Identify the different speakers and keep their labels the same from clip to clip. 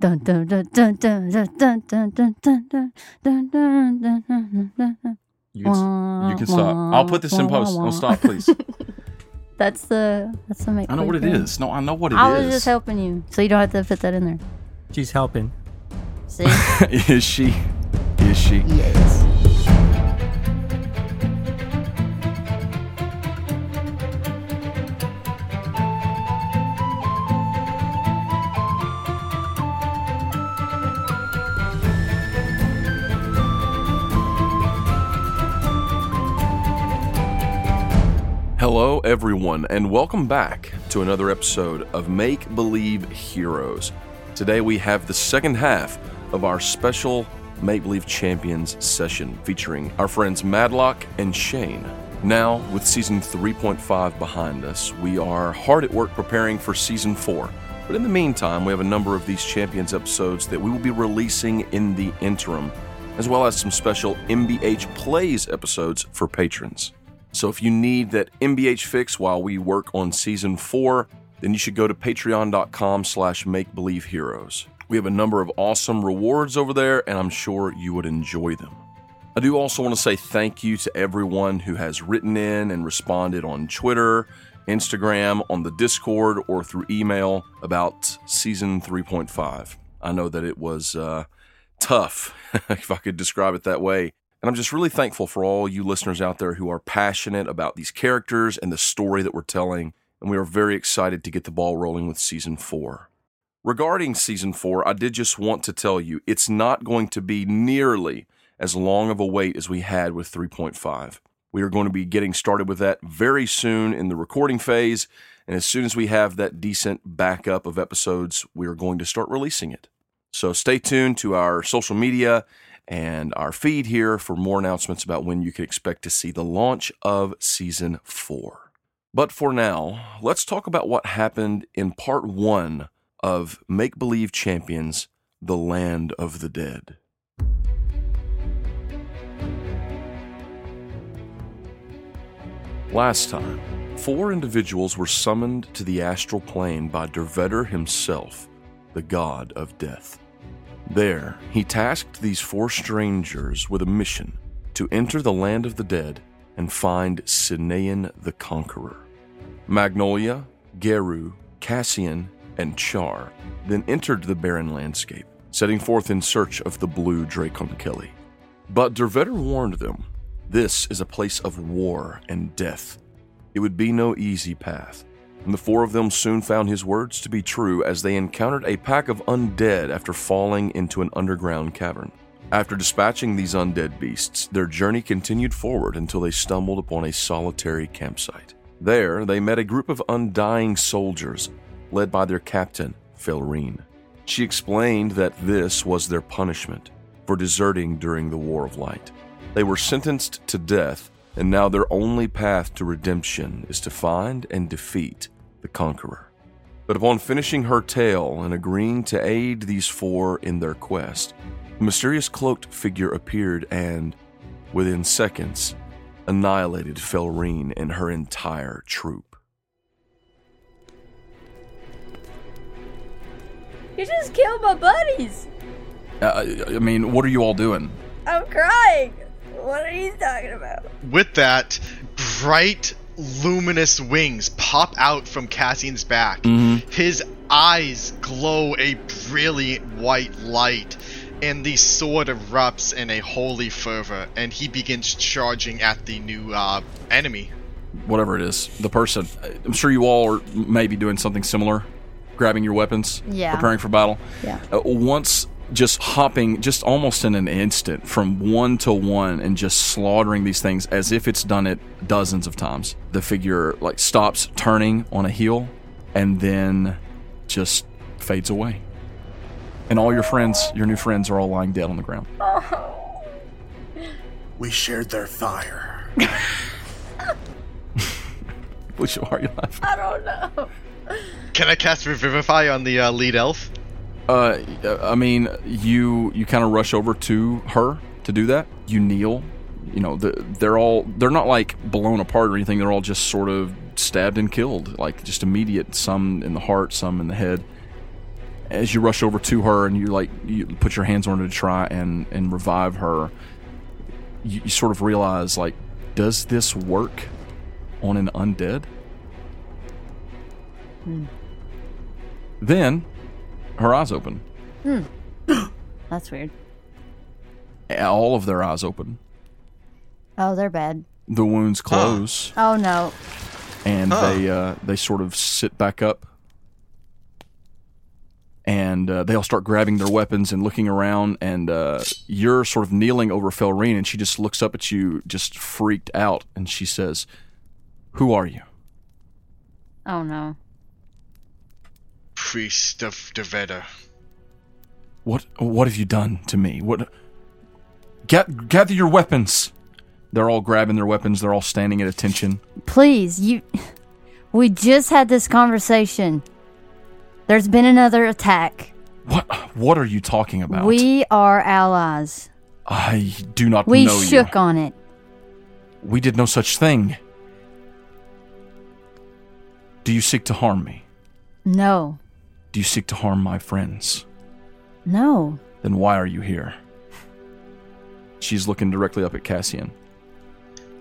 Speaker 1: dun dun dun dun dun dun dun dun dun dun dun dun dun dun dun dun dun.
Speaker 2: You can, s- you can stop. I'll put this in post. Don't stop, please.
Speaker 1: That's the that's the make.
Speaker 2: I know what it is. No, I know what it is.
Speaker 1: I was just helping you, so you don't have to put that in there.
Speaker 3: She's helping.
Speaker 1: See?
Speaker 2: is she? Is she?
Speaker 1: yes.
Speaker 2: Hello, everyone, and welcome back to another episode of Make Believe Heroes. Today we have the second half of our special Make Believe Champions session featuring our friends Madlock and Shane. Now, with season 3.5 behind us, we are hard at work preparing for season 4. But in the meantime, we have a number of these Champions episodes that we will be releasing in the interim, as well as some special MBH Plays episodes for patrons. So if you need that MBH fix while we work on season four, then you should go to patreon.com slash makebelieveheroes. We have a number of awesome rewards over there, and I'm sure you would enjoy them. I do also want to say thank you to everyone who has written in and responded on Twitter, Instagram, on the Discord, or through email about season 3.5. I know that it was uh, tough, if I could describe it that way. And I'm just really thankful for all you listeners out there who are passionate about these characters and the story that we're telling. And we are very excited to get the ball rolling with season four. Regarding season four, I did just want to tell you it's not going to be nearly as long of a wait as we had with 3.5. We are going to be getting started with that very soon in the recording phase. And as soon as we have that decent backup of episodes, we are going to start releasing it. So stay tuned to our social media and our feed here for more announcements about when you can expect to see the launch of season four. But for now, let's talk about what happened in part one of Make Believe Champions The Land of the Dead. Last time, four individuals were summoned to the astral plane by Dervetter himself, the god of death. There, he tasked these four strangers with a mission to enter the land of the dead and find Sinean the Conqueror. Magnolia, Geru, Cassian, and Char then entered the barren landscape, setting forth in search of the blue Dracon Kelly. But Dervetter warned them this is a place of war and death. It would be no easy path, and the four of them soon found his words to be true as they encountered a pack of undead after falling into an underground cavern. After dispatching these undead beasts, their journey continued forward until they stumbled upon a solitary campsite. There, they met a group of undying soldiers, led by their captain, Felrine. She explained that this was their punishment for deserting during the War of Light. They were sentenced to death, and now their only path to redemption is to find and defeat the Conqueror. But upon finishing her tale and agreeing to aid these four in their quest, the mysterious cloaked figure appeared and, within seconds, annihilated Felrine and her entire troop.
Speaker 4: You just killed my buddies.
Speaker 2: I,
Speaker 5: Uh,
Speaker 2: mean, what are you all doing?
Speaker 4: I'm crying. What are you talking about?
Speaker 6: With that, bright luminous wings pop out from Cassian's back. His eyes glow a brilliant white light, and the sword erupts in a holy fervor, and he begins charging at the new uh, enemy.
Speaker 2: Whatever it is, the person. I'm sure you all are maybe doing something similar, grabbing your weapons,
Speaker 1: Yeah.
Speaker 2: preparing for battle.
Speaker 1: Yeah.
Speaker 2: uh, once just hopping just almost in an instant from one to one and just slaughtering these things as if it's done it dozens of times the figure like stops turning on a heel and then just fades away and all your friends your new friends are all lying dead on the ground
Speaker 7: We shared their fire.
Speaker 2: which are you laughing
Speaker 4: I don't know.
Speaker 6: Can I cast Revivify on the uh, lead elf?
Speaker 2: uh i mean you you kind of rush over to her to do that you kneel you know the, they're all they're not like blown apart or anything they're all just sort of stabbed and killed like just immediate some in the heart some in the head as you rush over to her and you like you put your hands on her to try and and revive her you, you sort of realize like does this work on an undead then her eyes open
Speaker 1: That's weird.
Speaker 2: all of their eyes open
Speaker 1: Oh, they're bad.
Speaker 2: the wounds close
Speaker 1: Oh no.
Speaker 2: and they uh, they sort of sit back up, and uh, they all start grabbing their weapons and looking around. And uh, you're sort of kneeling over Felrine, and she just looks up at you, just freaked out, and she says, "Who are you?"
Speaker 1: Oh no.
Speaker 6: Priest of Deveda.
Speaker 2: What what have you done to me? What Ga- gather your weapons. They're all grabbing their weapons. They're all standing at attention.
Speaker 1: Please, you. We just had this conversation. There's been another attack.
Speaker 2: What what are you talking about?
Speaker 1: We are allies.
Speaker 2: I do not
Speaker 1: We
Speaker 2: know
Speaker 1: shook
Speaker 2: you.
Speaker 1: on it.
Speaker 2: We did no such thing. Do you seek to harm me?
Speaker 1: No.
Speaker 2: Do you seek to harm my friends?
Speaker 1: No.
Speaker 2: Then why are you here? She's looking directly up at Cassian.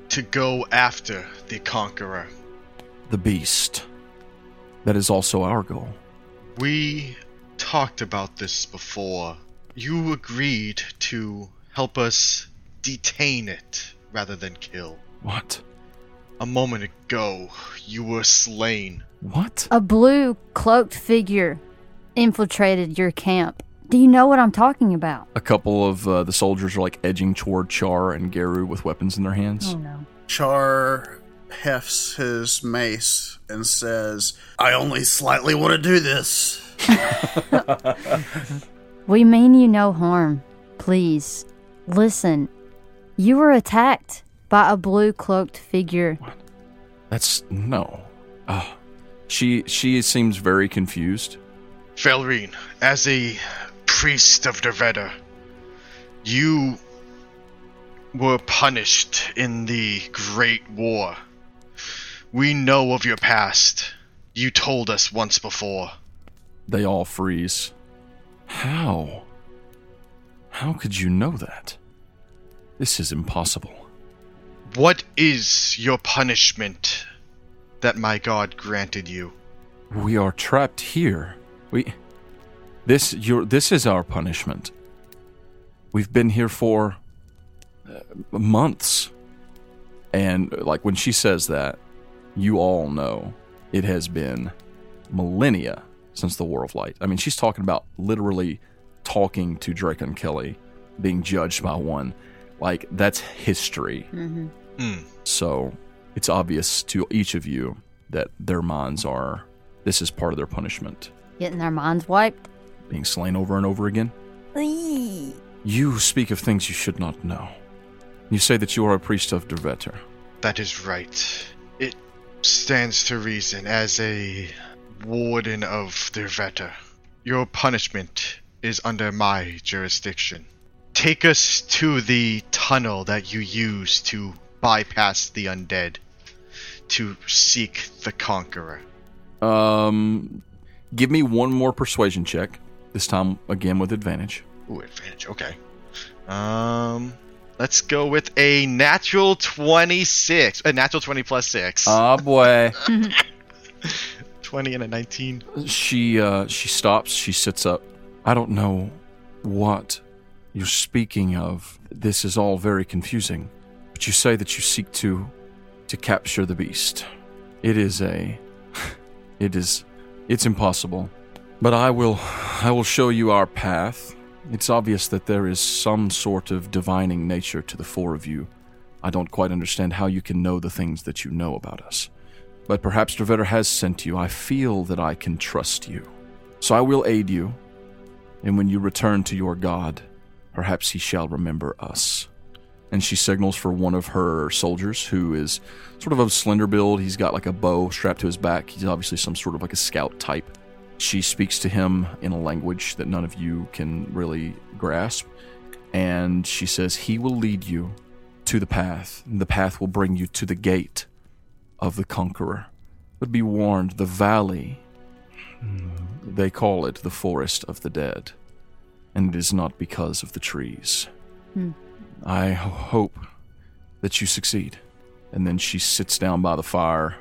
Speaker 6: To go after the Conqueror.
Speaker 2: The beast. That is also our goal.
Speaker 6: We talked about this before. You agreed to help us detain it rather than kill.
Speaker 2: What?
Speaker 6: A moment ago, you were slain.
Speaker 2: What?
Speaker 1: A blue cloaked figure infiltrated your camp. Do you know what I'm talking about?
Speaker 2: A couple of uh, the soldiers are like edging toward Char and Garu with weapons in their hands.
Speaker 1: Oh no.
Speaker 7: Char hefts his mace and says, I only slightly want to do this.
Speaker 1: We mean you no harm. Please. Listen. You were attacked by a blue cloaked figure.
Speaker 2: That's no. Ah. she she seems very confused.
Speaker 6: Felrine, as a priest of Derveda, you were punished in the Great War. We know of your past. You told us once before.
Speaker 2: They all freeze. How? How could you know that? This is impossible.
Speaker 6: What is your punishment that my god granted you?
Speaker 2: We are trapped here. We This your this is our punishment. We've been here for uh, months. And uh, like when she says that, you all know it has been millennia since the War of Light. I mean, she's talking about literally talking to Drake and Kelly, being judged by one. Like, that's history.
Speaker 6: Hmm.
Speaker 2: So it's obvious to each of you that their minds are this is part of their punishment
Speaker 1: Getting their minds wiped.
Speaker 2: being slain over and over again.
Speaker 4: Eee.
Speaker 2: You speak of things you should not know. You say that you are a priest of Derveter.
Speaker 6: That is right. It stands to reason as a warden of Derveta. Your punishment is under my jurisdiction. Take us to the tunnel that you use to bypass the undead to seek the conqueror.
Speaker 2: Um, give me one more persuasion check. This time again with advantage.
Speaker 6: Ooh, advantage. Okay. Um, let's go with a natural 26. A natural 20 plus 6.
Speaker 2: Ah boy.
Speaker 6: 20 and a 19.
Speaker 2: she uh, she stops. She sits up. I don't know what you're speaking of. This is all very confusing. But you say that you seek to to capture the beast. It is a it is it's impossible. But I will I will show you our path. It's obvious that there is some sort of divining nature to the four of you. I don't quite understand how you can know the things that you know about us. But perhaps Trevetta has sent you. I feel that I can trust you. So I will aid you. And when you return to your God, perhaps he shall remember us. And she signals for one of her soldiers who is sort of a slender build. He's got like a bow strapped to his back. He's obviously some sort of like a scout type. She speaks to him in a language that none of you can really grasp. And she says, He will lead you to the path, and the path will bring you to the gate of the conqueror. But be warned, the valley They call it the Forest of the Dead, and it is not because of the trees. I ho- hope that you succeed. And then she sits down by the fire,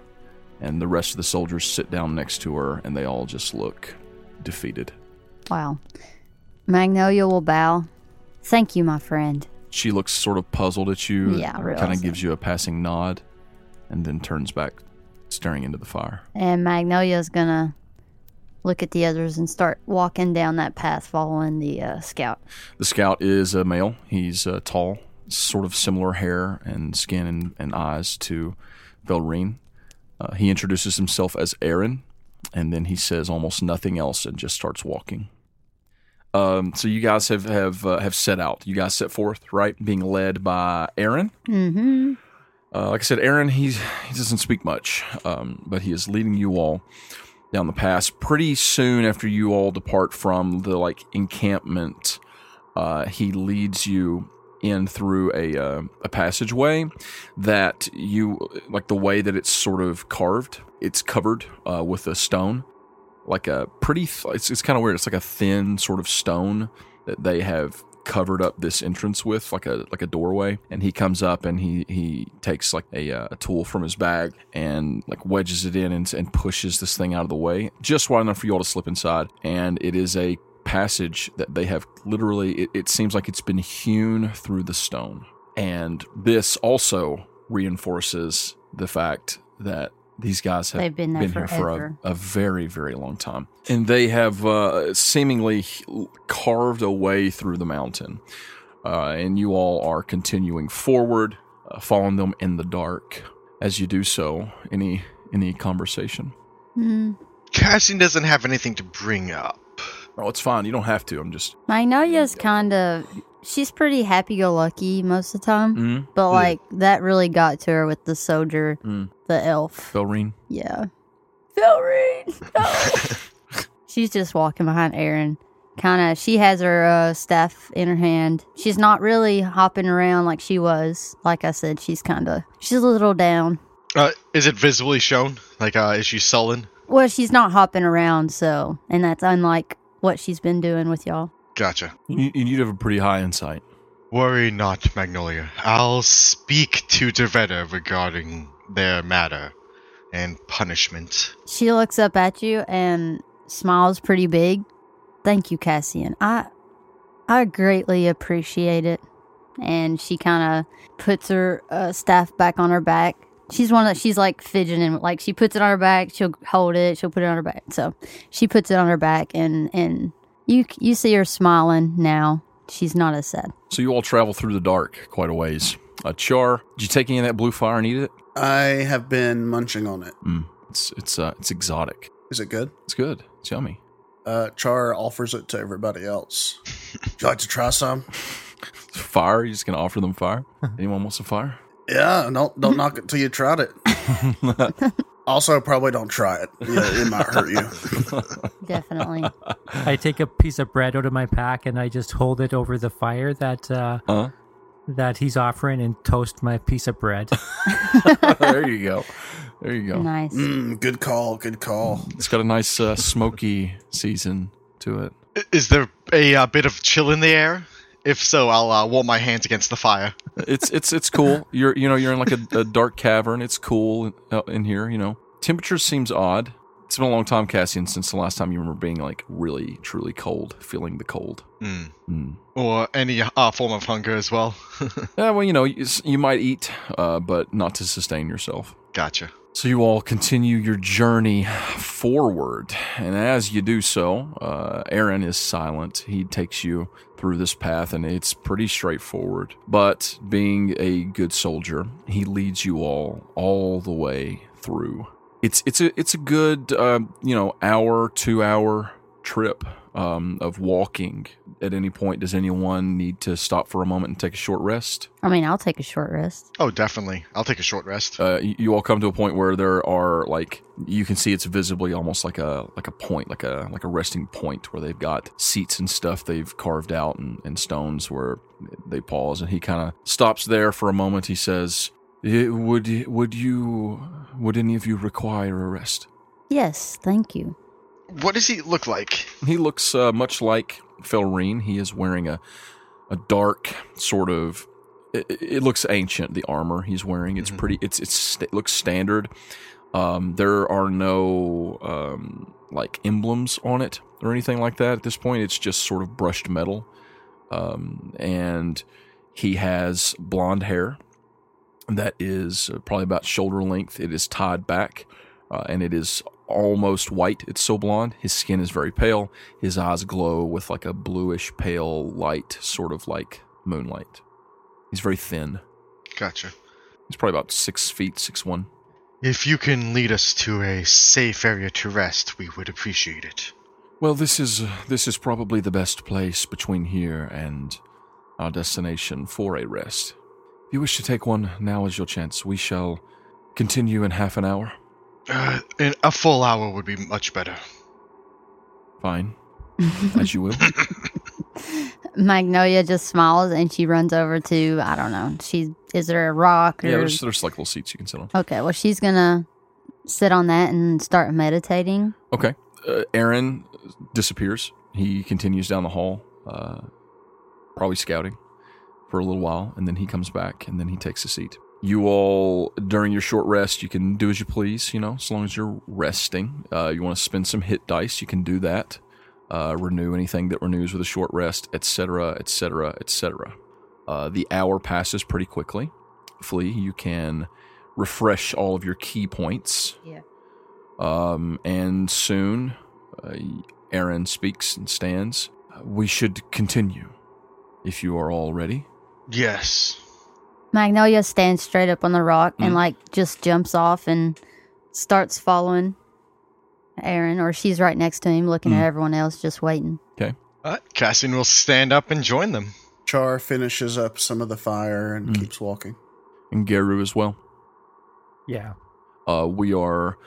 Speaker 2: and the rest of the soldiers sit down next to her, and they all just look defeated.
Speaker 1: Wow. Magnolia will bow. Thank you, my friend.
Speaker 2: She looks sort of puzzled at you.
Speaker 1: Yeah, I realize
Speaker 2: Kind of
Speaker 1: that.
Speaker 2: gives you a passing nod, and then turns back, staring into the fire.
Speaker 1: And Magnolia's gonna look at the others and start walking down that path, following the uh, scout.
Speaker 2: The scout is a male. He's uh, tall, sort of similar hair and skin and, and eyes to Velrine. Uh, he introduces himself as Aaron, and then he says almost nothing else and just starts walking. Um, so you guys have have uh, have set out. You guys set forth, right? Being led by Aaron.
Speaker 1: Mm-hmm.
Speaker 2: Uh, like I said, Aaron, he's, he doesn't speak much, um, but he is leading you all down the pass. Pretty soon after you all depart from the like encampment, uh, he leads you in through a, uh, a passageway that you like the way that it's sort of carved. It's covered uh, with a stone, like a pretty. Th- it's it's kind of weird. It's like a thin sort of stone that they have covered up this entrance with like a like a doorway and he comes up and he he takes like a, uh, a tool from his bag and like wedges it in and, and pushes this thing out of the way just wide enough for you all to slip inside and it is a passage that they have literally it, it seems like it's been hewn through the stone and this also reinforces the fact that these guys have
Speaker 1: They've been there
Speaker 2: been here for
Speaker 1: forever.
Speaker 2: a, a very, very long time. And they have uh, seemingly carved a way through the mountain. Uh, and you all are continuing forward, uh, following them in the dark. As you do so, any any conversation?
Speaker 1: Hmm.
Speaker 6: Cassian doesn't have anything to bring up.
Speaker 2: Oh, it's fine. You don't have to. I'm just.
Speaker 1: Magnolia's kind of she's pretty happy-go-lucky most of the time,
Speaker 2: Mm.
Speaker 1: but
Speaker 2: Yeah.
Speaker 1: like that really got to her with the soldier,
Speaker 2: Mm.
Speaker 1: the elf.
Speaker 2: Belrine.
Speaker 1: Yeah,
Speaker 4: Velrine! No!
Speaker 1: she's just walking behind Aaron. Kind of, she has her uh, staff in her hand. She's not really hopping around like she was. Like I said, she's kind of she's a little down.
Speaker 6: Uh, is it visibly shown? Like, uh, is she sullen?
Speaker 1: Well, she's not hopping around, so and that's unlike what she's been doing with y'all.
Speaker 6: Gotcha.
Speaker 2: You, you'd have a pretty high insight.
Speaker 6: Worry not, Magnolia. I'll speak to Tavetta regarding their matter and punishment.
Speaker 1: She looks up at you and smiles pretty big. Thank you, Cassian. I I greatly appreciate it. And she kind of puts her uh, staff back on her back. She's one that she's like fidgeting, like she puts it on her back. She'll hold it. She'll put it on her back. So she puts it on her back, and and you you see her smiling now. She's not as sad.
Speaker 2: So you all travel through the dark quite a ways. Uh, Char, did you take any of that blue fire and eat it?
Speaker 7: I have been munching on it.
Speaker 2: Mm. It's it's uh, it's exotic.
Speaker 7: Is it good?
Speaker 2: It's good. It's yummy.
Speaker 7: Uh, Char offers it to everybody else. Would you like to try some?
Speaker 2: Fire? You're just gonna offer them fire? Anyone wants a fire?
Speaker 7: Yeah, don't don't knock it till you tried it. also, probably don't try it. Yeah, it might hurt you.
Speaker 1: Definitely.
Speaker 3: I take a piece of bread out of my pack and I just hold it over the fire that uh,
Speaker 2: Huh?
Speaker 3: that he's offering and toast my piece of bread.
Speaker 2: there you go. There you go.
Speaker 1: nice.
Speaker 7: Mm, good call. Good call.
Speaker 2: It's got a nice uh, smoky season to it.
Speaker 6: I- Is there a uh, bit of chill in the air? If so, I'll uh, warm my hands against the fire.
Speaker 2: It's it's it's cool. You're you know you're in like a, a dark cavern. It's cool out in here. You know, temperature seems odd. It's been a long time, Cassian, since the last time you remember being like really truly cold, feeling the cold.
Speaker 6: Mm.
Speaker 2: Mm.
Speaker 6: Or any uh, form of hunger as well.
Speaker 2: Yeah, Eh, well, you know, you, s- you might eat, uh, but not to sustain yourself.
Speaker 6: gotcha.
Speaker 2: So you all continue your journey forward, and as you do so, uh, Aaron is silent. He takes you through this path, and it's pretty straightforward. But being a good soldier, he leads you all all the way through. It's it's a it's a good um, you know hour two hour trip um, of walking. At any point, does anyone need to stop for a moment and take a short rest?
Speaker 1: I mean, I'll take a short rest.
Speaker 6: Oh, definitely. I'll take a short rest.
Speaker 2: uh, you you all come to a point where there are like you can see it's visibly almost like a like a point like a like a resting point where they've got seats and stuff they've carved out and, and stones where they pause and he kind of stops there for a moment he says "Eh, would would you would any of you require a rest
Speaker 1: Yes, thank you.
Speaker 6: What does he look like?
Speaker 2: He looks uh, much like Felrine. He is wearing a a dark sort of. It, it looks ancient. The armor he's wearing. It's
Speaker 6: Mhm.
Speaker 2: pretty. It's it's sta- it looks standard. Um, there are no um, like emblems on it or anything like that at this point. It's just sort of brushed metal, um, and he has blonde hair that is uh, probably about shoulder length. It is tied back, uh, and it is almost white. It's so blonde. His skin is very pale. His eyes glow with like a bluish pale light, sort of like moonlight. He's very thin.
Speaker 6: Gotcha.
Speaker 2: He's probably about six feet, six one.
Speaker 6: If you can lead us to a safe area to rest, we would appreciate it.
Speaker 2: Well, this is uh, this is probably the best place between here and our destination for a rest. If you wish to take one, now is your chance. We shall continue in half an hour.
Speaker 6: Uh, in a full hour would be much better.
Speaker 2: Fine, as you will.
Speaker 1: Magnolia just smiles and she runs over to I don't know. She is there a rock or
Speaker 2: yeah, there's, there's like little seats you can sit on.
Speaker 1: okay? Well, she's gonna sit on that and start meditating.
Speaker 2: Okay. Uh, Aaron disappears. He continues down the hall, uh, probably scouting for a little while, and then he comes back and then he takes a seat. You all, during your short rest, you can do as you please, you know, as long as you're resting. Uh, you want to spend some hit dice, you can do that. Uh, renew anything that renews with a short rest, etc., etc., etc. Uh, The hour passes pretty quickly. Flea, you can refresh all of your key points. Um, and soon, uh, Aaron speaks and stands. We should continue, if you are all ready.
Speaker 6: Yes.
Speaker 1: Magnolia stands straight up on the rock
Speaker 2: Mhm.
Speaker 7: Mm.
Speaker 1: and like just jumps off and starts following Aaron, or she's right next to him, looking
Speaker 7: Mm.
Speaker 2: Mhm.
Speaker 1: at everyone else, just waiting.
Speaker 6: Uh, Cassian will stand up and join them.
Speaker 7: Char finishes up some of the fire and
Speaker 2: Mm.
Speaker 7: keeps walking.
Speaker 2: And Garu as well.
Speaker 3: Yeah.
Speaker 2: Uh, we are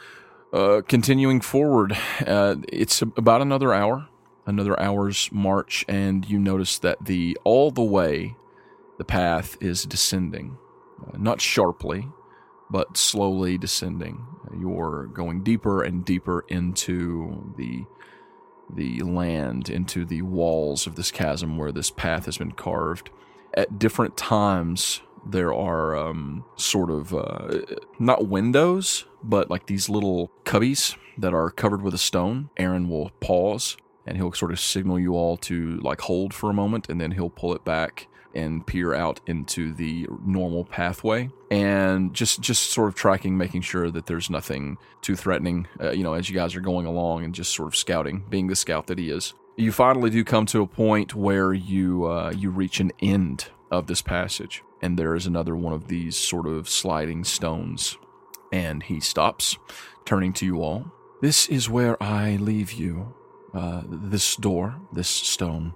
Speaker 2: uh, continuing forward. Uh, it's about another hour, another hour's march, and you notice that the all the way, the path is descending, uh, not sharply, but slowly descending. You're going deeper and deeper into the the land, into the walls of this chasm where this path has been carved. At different times, there are um, sort of uh, not windows, but like these little cubbies that are covered with a stone. Aaron will pause and he'll sort of signal you all to like hold for a moment and then he'll pull it back and peer out into the normal pathway and just just sort of tracking making sure that there's nothing too threatening uh, you know as you guys are going along and just sort of scouting being the scout that he is you finally do come to a point where you uh, you reach an end of this passage and there is another one of these sort of sliding stones and he stops turning to you all this is where i leave you uh, this door this stone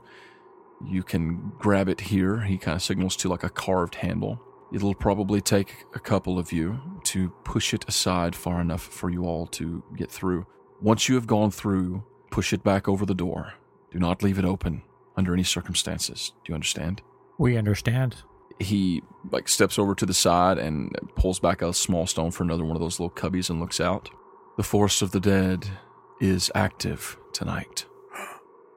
Speaker 2: you can grab it here he kind of signals to like a carved handle it'll probably take a couple of you to push it aside far enough for you all to get through once you have gone through push it back over the door do not leave it open under any circumstances do you understand
Speaker 3: We understand.
Speaker 2: he like steps over to the side and pulls back a small stone for another one of those little cubbies and looks out. The forest of the dead is active tonight.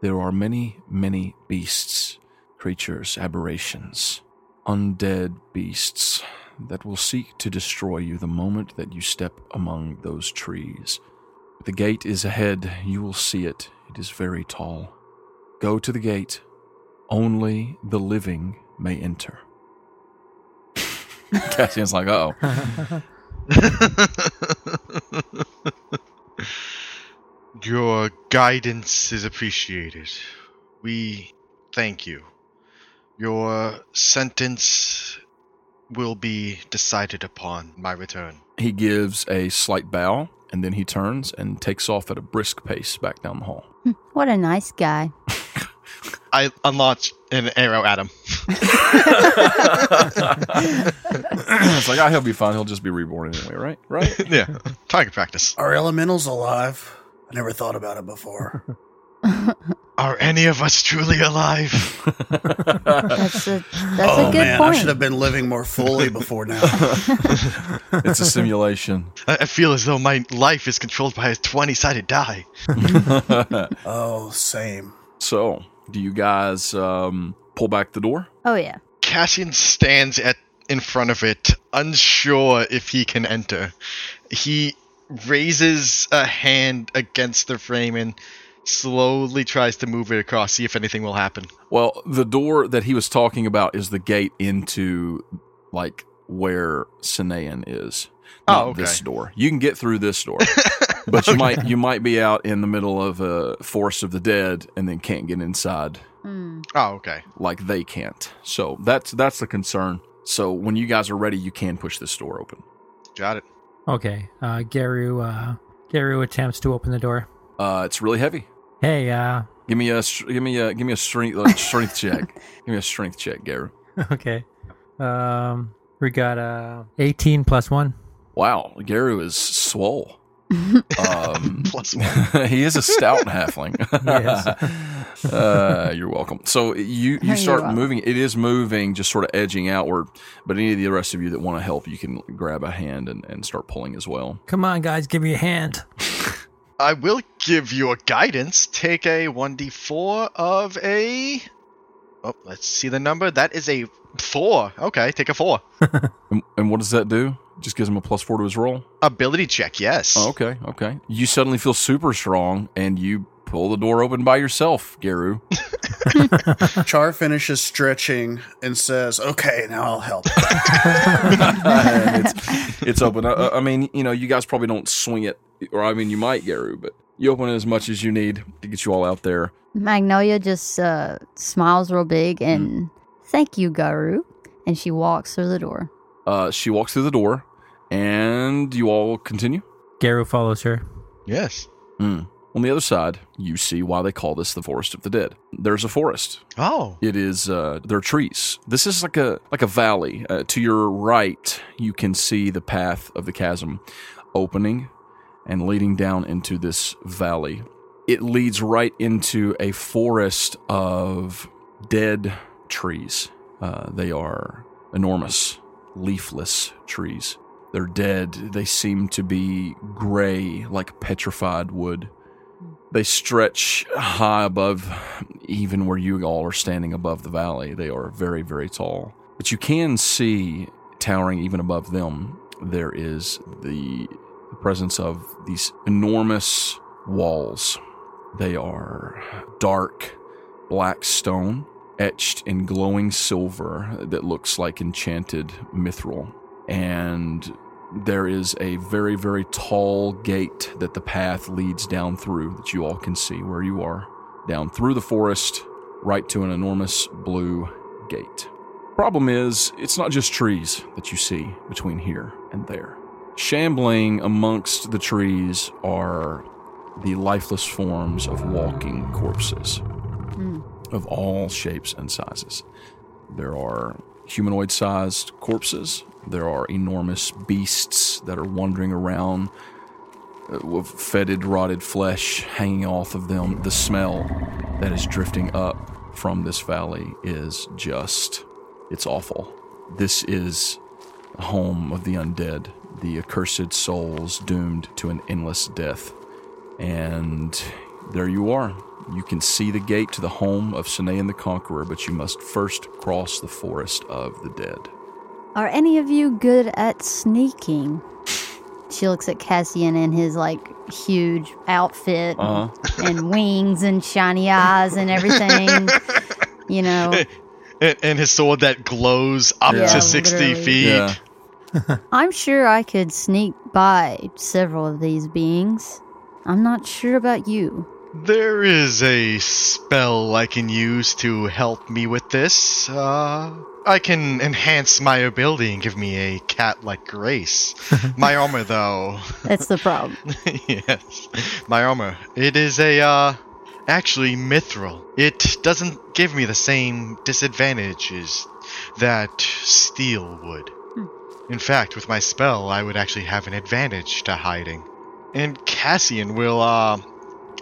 Speaker 2: There are many, many beasts, creatures, aberrations, undead beasts that will seek to destroy you the moment that you step among those trees. The gate is ahead. You will see it. It is very tall. Go to the gate. Only the living may enter. Cassian's like, oh.
Speaker 6: Your guidance is appreciated. We thank you. Your sentence will be decided upon my return.
Speaker 2: He gives a slight bow and then he turns and takes off at a brisk pace back down the hall.
Speaker 1: What a nice guy.
Speaker 6: I unlaunch an arrow at him.
Speaker 2: it's like, oh, he'll be fine. He'll just be reborn anyway, right? Right?
Speaker 6: yeah, target practice.
Speaker 7: Are elementals alive? I never thought about it before.
Speaker 6: Are any of us truly alive?
Speaker 1: That's a that's
Speaker 7: oh
Speaker 1: a good
Speaker 7: man, I should have
Speaker 1: point.
Speaker 7: been living more fully before now.
Speaker 2: It's a simulation.
Speaker 6: I I feel as though my life is controlled by a 20 sided die.
Speaker 7: oh, same.
Speaker 2: So, do you guys um, pull back the door?
Speaker 1: Oh yeah.
Speaker 6: Cassian stands at in front of it, unsure if he can enter. He raises a hand against the frame and slowly tries to move it across, see if anything will happen.
Speaker 2: Well, the door that he was talking about is the gate into like where Sinean is. Not
Speaker 6: Oh, okay.
Speaker 2: this door. You can get through this door. but you might you might be out in the middle of a forest of the dead and then can't get inside
Speaker 1: Mm.
Speaker 6: Oh, okay.
Speaker 2: like they can't. So that's that's the concern. So when you guys are ready, you can push this door open.
Speaker 6: Got it.
Speaker 3: Okay. Uh, Garu, uh, Garu attempts to open the door.
Speaker 2: Uh, it's really heavy.
Speaker 3: Hey, uh,
Speaker 2: Give me a str- give me a give me a strength like, strength check. Give me a strength check, Garu.
Speaker 3: okay. Um, we got uh, 18 plus one.
Speaker 2: Wow, Garu is swole. um,
Speaker 6: Plus one.
Speaker 2: he is a stout halfling.
Speaker 3: Yes.
Speaker 2: uh, you're welcome. So you you
Speaker 1: You're
Speaker 2: start
Speaker 1: welcome.
Speaker 2: moving. It is moving, just sort of edging outward. But any of the rest of you that want to help, you can grab a hand and, and start pulling as well.
Speaker 3: Come on, guys, give me a hand.
Speaker 6: I will give you a guidance. Take a 1d4 of a. Oh, let's see the number. That is a 4. Okay, take a 4.
Speaker 2: And, and what does that do? Just gives him a plus four to his roll.
Speaker 6: Ability check, yes.
Speaker 2: Oh, okay, okay. You suddenly feel super strong, and you pull the door open by yourself, Garu.
Speaker 7: Char finishes stretching and says, "Okay, now I'll help." And it's-
Speaker 2: it's open. Uh, I, I mean, you know, you guys probably don't swing it, or I mean, you might, Garu, but you open it as much as you need to get you all out there.
Speaker 1: Magnolia just uh, smiles real big
Speaker 7: Mm.
Speaker 1: and thank you, Garu. And she walks through the door.
Speaker 2: Uh, she walks through the door, and you all continue.
Speaker 3: Garu follows her.
Speaker 6: Yes.
Speaker 2: On the other side, you see why they call this the Forest of the Dead. There's a forest.
Speaker 6: Oh.
Speaker 2: It is uh, there are trees. This is like a like a valley. Uh, to your right, you can see the path of the chasm opening and leading down into this valley. It leads right into a forest of dead trees. Uh, they are enormous, leafless trees. They're dead. They seem to be gray, like petrified wood. They stretch high above, even where you all are standing above the valley. They are very, very tall. But you can see, towering even above them, there is the presence of these enormous walls. They are dark black stone etched in glowing silver that looks like enchanted mithril. And there is a very, very tall gate that the path leads down through that you all can see where you are. Down through the forest, right to an enormous blue gate. Problem is, it's not just trees that you see between here and there. Shambling amongst the trees are the lifeless forms of walking corpses of all shapes and sizes. There are humanoid sized corpses, there are enormous beasts that are wandering around uh, with fetid, rotted flesh hanging off of them. The smell that is drifting up from this valley is just, it's awful. This is the home of the undead, the accursed souls doomed to an endless death. And there you are. You can see the gate to the home of Sinean the Conqueror, but you must first cross the forest of the dead.
Speaker 1: Are any of you good at sneaking? She looks at Cassian in his like huge outfit and wings and shiny eyes and everything. you know,
Speaker 6: And, and his sword that glows up
Speaker 1: Yeah,
Speaker 6: to 60
Speaker 1: literally.
Speaker 6: feet.
Speaker 1: I'm sure I could sneak by several of these beings. I'm not sure about you.
Speaker 6: There is a spell I can use to help me with this. Uh, I can enhance my ability and give me a cat like grace. my armor, though.
Speaker 1: That's the problem.
Speaker 6: yes. My armor. It is a, uh, actually mithril. It doesn't give me the same disadvantages that steel would. In fact, with my spell, I would actually have an advantage to hiding. And Cassian will, uh,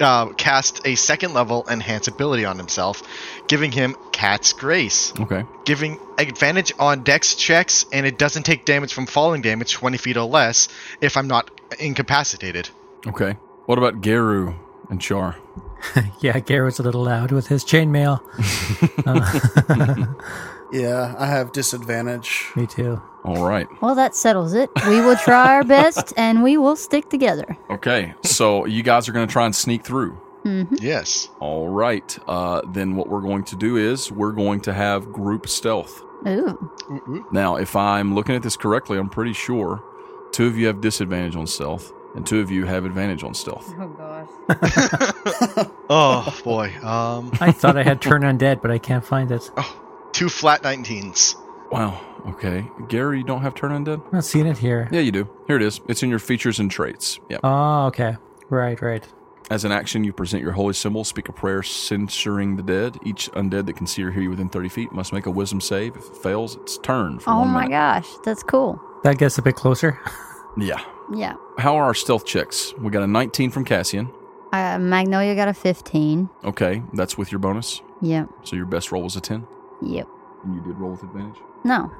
Speaker 6: uh, cast a second level enhance ability on himself, giving him Cat's Grace,
Speaker 2: Okay.
Speaker 6: giving advantage on dex checks, and it doesn't take damage from falling damage 20 feet or less if I'm not incapacitated.
Speaker 2: Okay. What about Garu and Char?
Speaker 3: Yeah, Garrett's a little loud with his chainmail.
Speaker 7: Yeah, I have disadvantage.
Speaker 3: Me too.
Speaker 2: All right.
Speaker 1: Well, that settles it. We will try our best and we will stick together.
Speaker 2: Okay. So you guys are going to try and sneak through.
Speaker 6: Yes.
Speaker 2: All right. Uh, then what we're going to do is we're going to have group stealth.
Speaker 1: Ooh.
Speaker 2: Now, if I'm looking at this correctly, I'm pretty sure two of you have disadvantage on stealth, and two of you have advantage on stealth.
Speaker 1: Oh, gosh.
Speaker 6: Oh, boy. Um,
Speaker 3: I thought I had turn undead, but I can't find it.
Speaker 6: two flat 19s.
Speaker 2: Wow. Okay. Gary, you don't have turn undead?
Speaker 3: I'm not seeing it here.
Speaker 2: Yeah, you do. Here it is. It's in your features and traits. Yeah.
Speaker 3: Oh, okay. Right, right.
Speaker 2: As an action, you present your holy symbol, speak a prayer censuring the dead. Each undead that can see or hear you within 30 feet must make a wisdom save. If it fails, it's turn for
Speaker 1: Oh,
Speaker 2: one
Speaker 1: my
Speaker 2: minute.
Speaker 1: gosh. That's cool.
Speaker 3: That gets a bit closer.
Speaker 2: Yeah.
Speaker 1: Yeah.
Speaker 2: How are our stealth checks? We got a 19 from Cassian.
Speaker 1: Uh, Magnolia got a 15.
Speaker 2: Okay, that's with your bonus.
Speaker 1: Yep.
Speaker 2: So your best roll was a 10.
Speaker 1: Yep.
Speaker 2: And you did roll with advantage?
Speaker 1: No.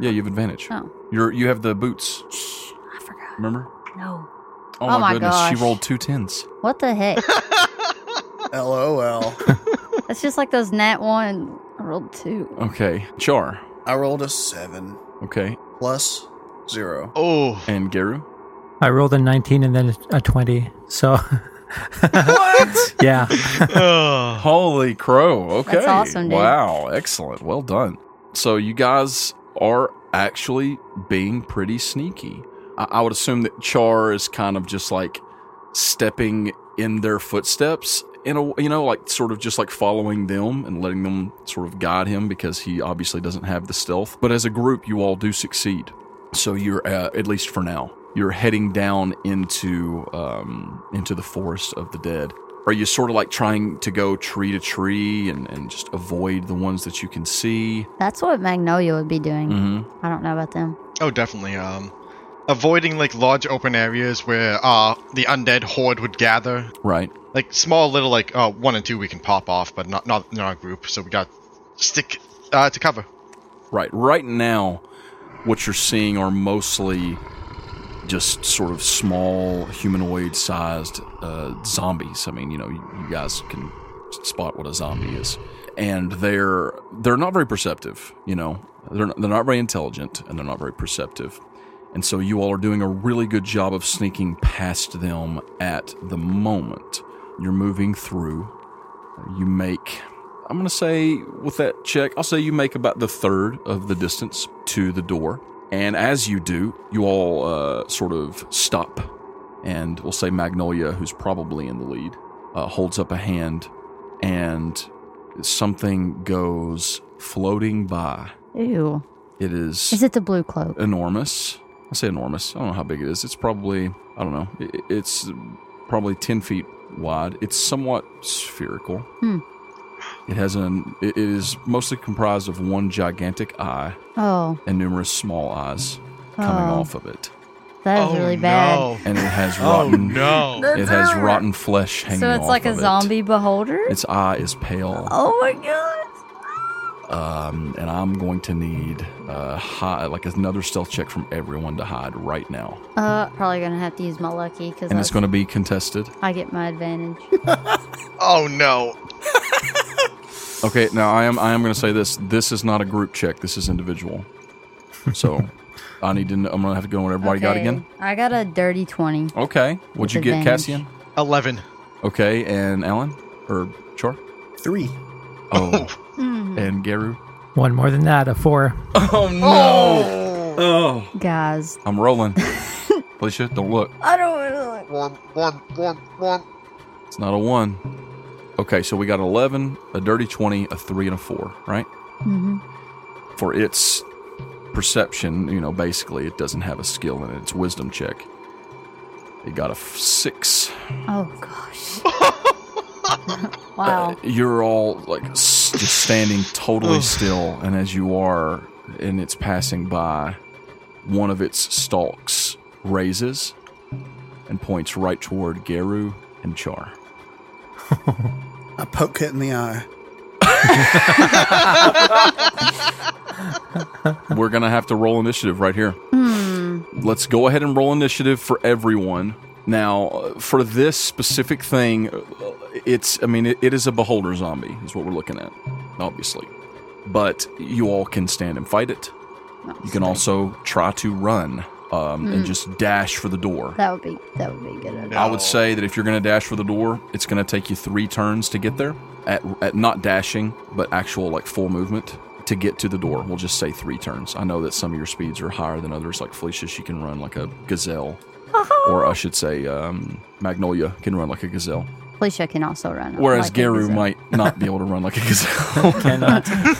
Speaker 2: Yeah, you have advantage.
Speaker 1: Oh.
Speaker 2: You're you have the boots.
Speaker 1: Shh. I forgot.
Speaker 2: Remember?
Speaker 1: No.
Speaker 2: Oh,
Speaker 1: Oh my
Speaker 2: goodness, she
Speaker 1: gosh.
Speaker 2: rolled two tens.
Speaker 1: What the heck?
Speaker 7: LOL.
Speaker 1: That's just like those nat one. I rolled two.
Speaker 2: Okay, Char.
Speaker 7: I rolled a seven
Speaker 2: Okay,
Speaker 7: plus zero.
Speaker 6: Oh,
Speaker 2: and Garu.
Speaker 3: I rolled a 19 and then a 20. So. what? Yeah.
Speaker 6: Ugh.
Speaker 2: Holy crow! Okay,
Speaker 1: That's awesome, dude.
Speaker 2: Wow, excellent. Well done. So you guys are actually being pretty sneaky. I, I would assume that Char is kind of just like stepping in their footsteps. In a, you know, like sort of just like following them and letting them sort of guide him because he obviously doesn't have the stealth. But as a group, you all do succeed. So you're uh, at least for now, you're heading down into um, into the forest of the dead. Are you sort of like trying to go tree to tree and, and just avoid the ones that you can see?
Speaker 1: That's what Magnolia would be doing.
Speaker 2: Mm-hmm.
Speaker 1: I don't know about them.
Speaker 6: Oh, definitely. Um, avoiding like large open areas where uh the undead horde would gather.
Speaker 2: Right.
Speaker 6: Like small little like uh one and two we can pop off, but not not in our group. So we got stick uh to cover.
Speaker 2: Right. Right now, what you're seeing are mostly just sort of small humanoid sized uh, zombies. I mean, you know, you, you guys can spot what a zombie is. And they're they're not very perceptive, you know. They're not, they're not very intelligent and they're not very perceptive. And so you all are doing a really good job of sneaking past them at the moment. You're moving through. You make I'm going to say with that check, I'll say you make about the third of the distance to the door. And as you do, you all uh, sort of stop. And we'll say Magnolia, who's probably in the lead, uh, holds up a hand and something goes floating by.
Speaker 1: Ew.
Speaker 2: It is
Speaker 1: Is it the blue cloak?
Speaker 2: enormous. I say enormous. I don't know how big it is. It's probably I don't know. I- It's probably ten feet wide. It's somewhat spherical.
Speaker 1: Hmm.
Speaker 2: It has an. It it is mostly comprised of one gigantic eye
Speaker 1: Oh,
Speaker 2: and numerous small eyes coming
Speaker 1: Oh.
Speaker 2: off of it,
Speaker 1: that is
Speaker 6: oh
Speaker 1: really bad.
Speaker 6: no.
Speaker 2: and it has rotten.
Speaker 6: Oh no.
Speaker 2: It has rotten flesh hanging.
Speaker 1: So it's
Speaker 2: off
Speaker 1: like a
Speaker 2: of it.
Speaker 1: zombie beholder?
Speaker 2: Its eye is pale,
Speaker 1: oh my god.
Speaker 2: um, and I'm going to need uh, high, like another stealth check from everyone to hide right now,
Speaker 1: Uh, probably gonna have to use my lucky because
Speaker 2: and it's going to be contested.
Speaker 1: I get my advantage.
Speaker 6: Oh no.
Speaker 2: Okay, now I am I am going to say this. This is not a group check. This is individual. So I need to. Know, I'm going to have to go on what everybody got
Speaker 1: Okay,
Speaker 2: again.
Speaker 1: I got a dirty 20.
Speaker 2: Okay, what'd
Speaker 1: With
Speaker 2: you get,
Speaker 1: advantage.
Speaker 2: Cassian?
Speaker 6: Eleven.
Speaker 2: Okay, and Alan or Char?
Speaker 7: Three.
Speaker 2: Oh, and Garu.
Speaker 3: One more than that, a four.
Speaker 2: Oh no! Oh,
Speaker 1: Guys,
Speaker 2: I'm rolling. Alicia, don't look.
Speaker 4: I don't want to look.
Speaker 6: Warm, warm, warm, warm.
Speaker 2: It's not a one. Okay, so we got 11, a dirty 20, a 3, and a 4, right?
Speaker 1: Mm-hmm.
Speaker 2: For its perception, you know, basically it doesn't have a skill in it. It's wisdom check. It got a f- 6.
Speaker 1: Oh gosh. wow.
Speaker 2: Uh, you're all like s- just standing totally still, and as you are, and it's passing by, one of its stalks raises and points right toward Garu and Char.
Speaker 7: I poke it in the eye.
Speaker 2: We're going to have to roll initiative right here. Let's go ahead and roll initiative for everyone. Now, uh, for this specific thing, uh, it's, I mean, it, it is a beholder zombie, is what we're looking at, obviously. But you all can stand and fight it. You can also try to run um, and just dash for the door.
Speaker 1: That would be that would be good. idea.
Speaker 2: I would say that if you're going to dash for the door, it's going to take you three turns to get there. At, at not dashing, but actual like full movement to get to the door. We'll just say three turns. I know that some of your speeds are higher than others. Like Felicia, she can run like a gazelle, or I should say um, Magnolia can run like a gazelle.
Speaker 1: Felicia can also run.
Speaker 2: Whereas
Speaker 1: like a
Speaker 2: Garu
Speaker 1: gazelle.
Speaker 2: might not be able to run like a gazelle
Speaker 3: Cannot. uh,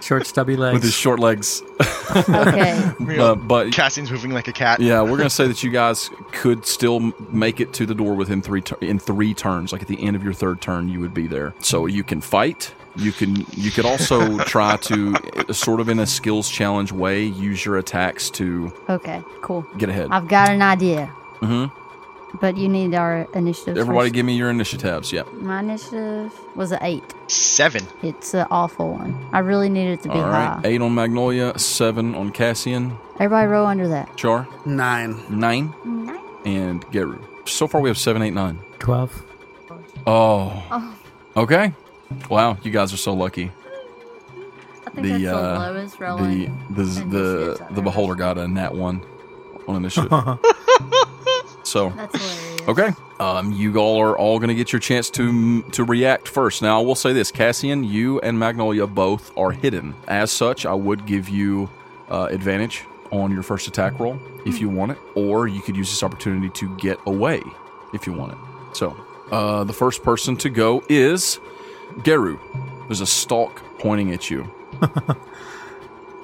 Speaker 3: Short, stubby
Speaker 2: with his
Speaker 3: legs.
Speaker 2: short legs.
Speaker 1: Okay.
Speaker 2: Uh, but
Speaker 6: Cassian's moving like a cat.
Speaker 2: Yeah, we're gonna say that you guys could still m- make it to the door with him three tur in three turns. Like at the end of your third turn, you would be there. So you can fight. You can. You could also try to, uh, sort of in a skills challenge way, use your attacks to
Speaker 1: Okay. Cool.
Speaker 2: get ahead.
Speaker 1: I've got an idea,
Speaker 2: hmm
Speaker 1: but you need our initiative.
Speaker 2: Everybody,
Speaker 1: first.
Speaker 2: give me your initiatives. Yeah.
Speaker 1: My initiative was an eight.
Speaker 6: Seven.
Speaker 1: It's an awful one. I really need it to be
Speaker 2: All right.
Speaker 1: high.
Speaker 2: Eight on Magnolia. Seven on Cassian.
Speaker 1: Everybody roll under that.
Speaker 2: Char.
Speaker 7: Nine.
Speaker 2: Nine.
Speaker 1: Nine.
Speaker 2: And Geru. So far, we have seven, eight, nine.
Speaker 3: 12.
Speaker 2: Oh. Okay. Wow, you guys are so lucky.
Speaker 1: I think that's the lowest
Speaker 2: uh, the
Speaker 1: rolling.
Speaker 2: the the,
Speaker 1: initiatives
Speaker 2: the
Speaker 1: I've
Speaker 2: beholder got a nat one on initiative. so
Speaker 1: That's hilarious.
Speaker 2: okay, um, you all are all going to get your chance to to react first. Now I will say this: Cassian, you and Magnolia both are hidden. As such, I would give you uh, advantage on your first attack roll if you want it, or you could use this opportunity to get away if you want it. So uh, the first person to go is Geru. There's a stalk pointing at you.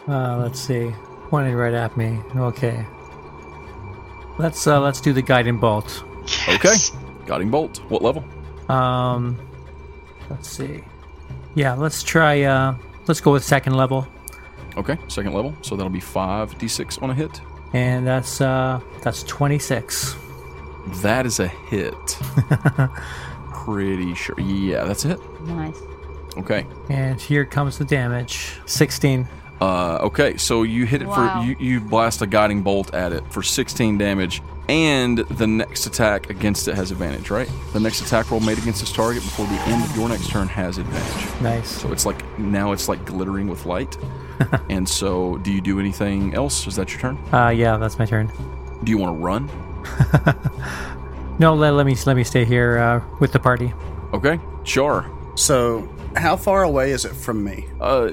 Speaker 3: Uh, let's see. Pointing right at me. Okay. Let's uh, let's do the guiding bolt.
Speaker 2: Okay, guiding bolt. What level?
Speaker 3: Um, let's see. Yeah, let's try. Uh, let's go with second level,
Speaker 2: Okay, second level. So that'll be 5d6 on a hit.
Speaker 3: and that's uh, that's twenty six.
Speaker 2: That is a hit. Pretty sure. Yeah, that's a hit.
Speaker 1: Nice.
Speaker 2: Okay.
Speaker 3: And here comes the damage. Sixteen.
Speaker 2: Uh, okay, so you hit it
Speaker 1: Wow.
Speaker 2: for you, you blast a guiding bolt at it for 16 damage, and the next attack against it has advantage, right? The next attack roll made against this target before the end of your next turn has advantage.
Speaker 3: Nice.
Speaker 2: So it's like now it's like glittering with light. and so, do you do anything else? Is that your turn?
Speaker 3: Uh, yeah, that's my turn.
Speaker 2: Do you want to run?
Speaker 3: No, let, let me let me stay here uh, with the party.
Speaker 2: Okay, sure.
Speaker 7: So, how far away is it from me?
Speaker 2: Uh,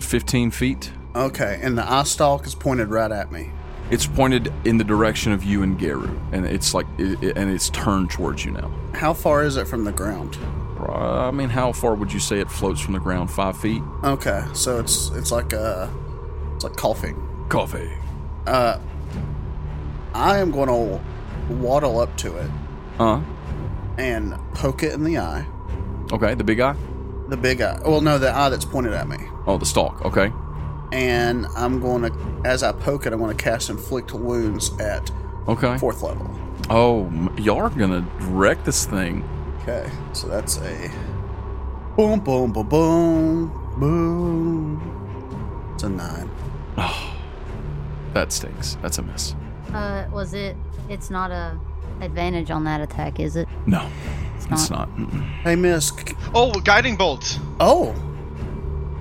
Speaker 2: 15 feet.
Speaker 7: Okay, and the eye stalk is pointed right at me.
Speaker 2: It's pointed in the direction of you and Garu, and it's like, it, it- and it's turned towards you now.
Speaker 7: How far is it from the ground?
Speaker 2: Uh, I mean, how far would you say it floats from the ground? Five feet.
Speaker 7: Okay, so it's it's like uh it's like coughing.
Speaker 2: Coffee.
Speaker 7: I am going to waddle up to it
Speaker 2: Uh.
Speaker 7: and poke it in the eye,
Speaker 2: Okay. The big eye.
Speaker 7: the big eye. Well, no, the eye that's pointed at me.
Speaker 2: Oh, the stalk. Okay.
Speaker 7: And I'm going to, as I poke it, I'm going to cast inflict wounds at
Speaker 2: Okay.
Speaker 7: fourth level.
Speaker 2: Oh, m- y'all are gonna wreck this thing.
Speaker 7: Okay, so that's a boom, boom, boom, boom, boom. It's a nine.
Speaker 2: That stinks. That's a miss.
Speaker 1: Uh, was it? It's not a advantage on that attack, is it?
Speaker 2: No, it's
Speaker 1: It's
Speaker 2: not. Mm-mm.
Speaker 7: Hey, Miss. c-
Speaker 6: Oh, guiding bolt.
Speaker 7: Oh,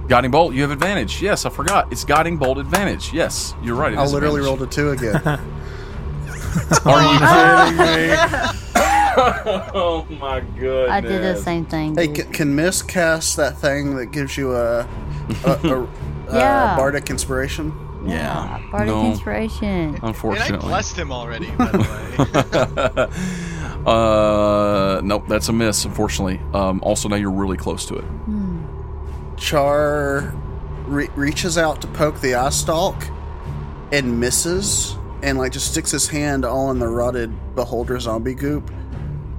Speaker 2: Guiding bolt. You have advantage. Yes, I forgot. It's guiding bolt advantage. Yes, you're right. it
Speaker 7: I
Speaker 2: is
Speaker 7: literally
Speaker 2: advantage.
Speaker 7: rolled a two again.
Speaker 2: Are you
Speaker 1: I did the same thing.
Speaker 7: Hey,
Speaker 1: dude.
Speaker 7: can, can Miss cast that thing that gives you a, a, a,
Speaker 1: Yeah.
Speaker 7: a bardic inspiration?
Speaker 2: Yeah.
Speaker 1: Bardic
Speaker 2: no.
Speaker 1: inspiration.
Speaker 6: And I
Speaker 2: Unfortunately.
Speaker 6: blessed him already, by the way.
Speaker 2: Uh, nope, that's a miss, unfortunately. Um, also, now you're really close to it.
Speaker 7: Char re- reaches out to poke the eye stalk and misses, and like just sticks his hand all in the rotted beholder zombie goop,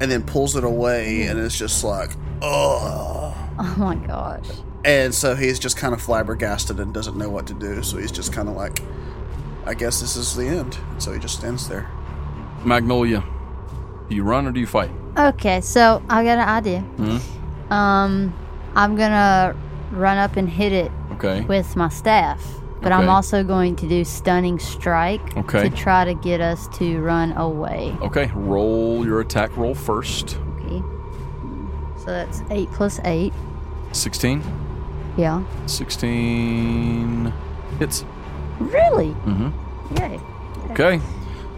Speaker 7: and then pulls it away, and it's just like, ugh.
Speaker 1: Oh my gosh.
Speaker 7: And so he's just kind of flabbergasted and doesn't know what to do. So he's just kind of like, I guess this is the end. So he just stands there.
Speaker 2: Magnolia, do you run or do you fight?
Speaker 1: Okay, so I got an idea.
Speaker 2: Hmm?
Speaker 1: Um, I'm gonna run up and hit it
Speaker 2: Okay.
Speaker 1: with my staff, but I'm
Speaker 2: Okay.
Speaker 1: also going to do stunning strike
Speaker 2: Okay.
Speaker 1: to try to get us to run away.
Speaker 2: Okay. Roll your attack roll first.
Speaker 1: Okay. So that's eight plus eight.
Speaker 2: 16.
Speaker 1: Yeah.
Speaker 2: 16 hits.
Speaker 1: Really?
Speaker 2: Mhm.
Speaker 1: Mm-hmm. Yay.
Speaker 2: Okay.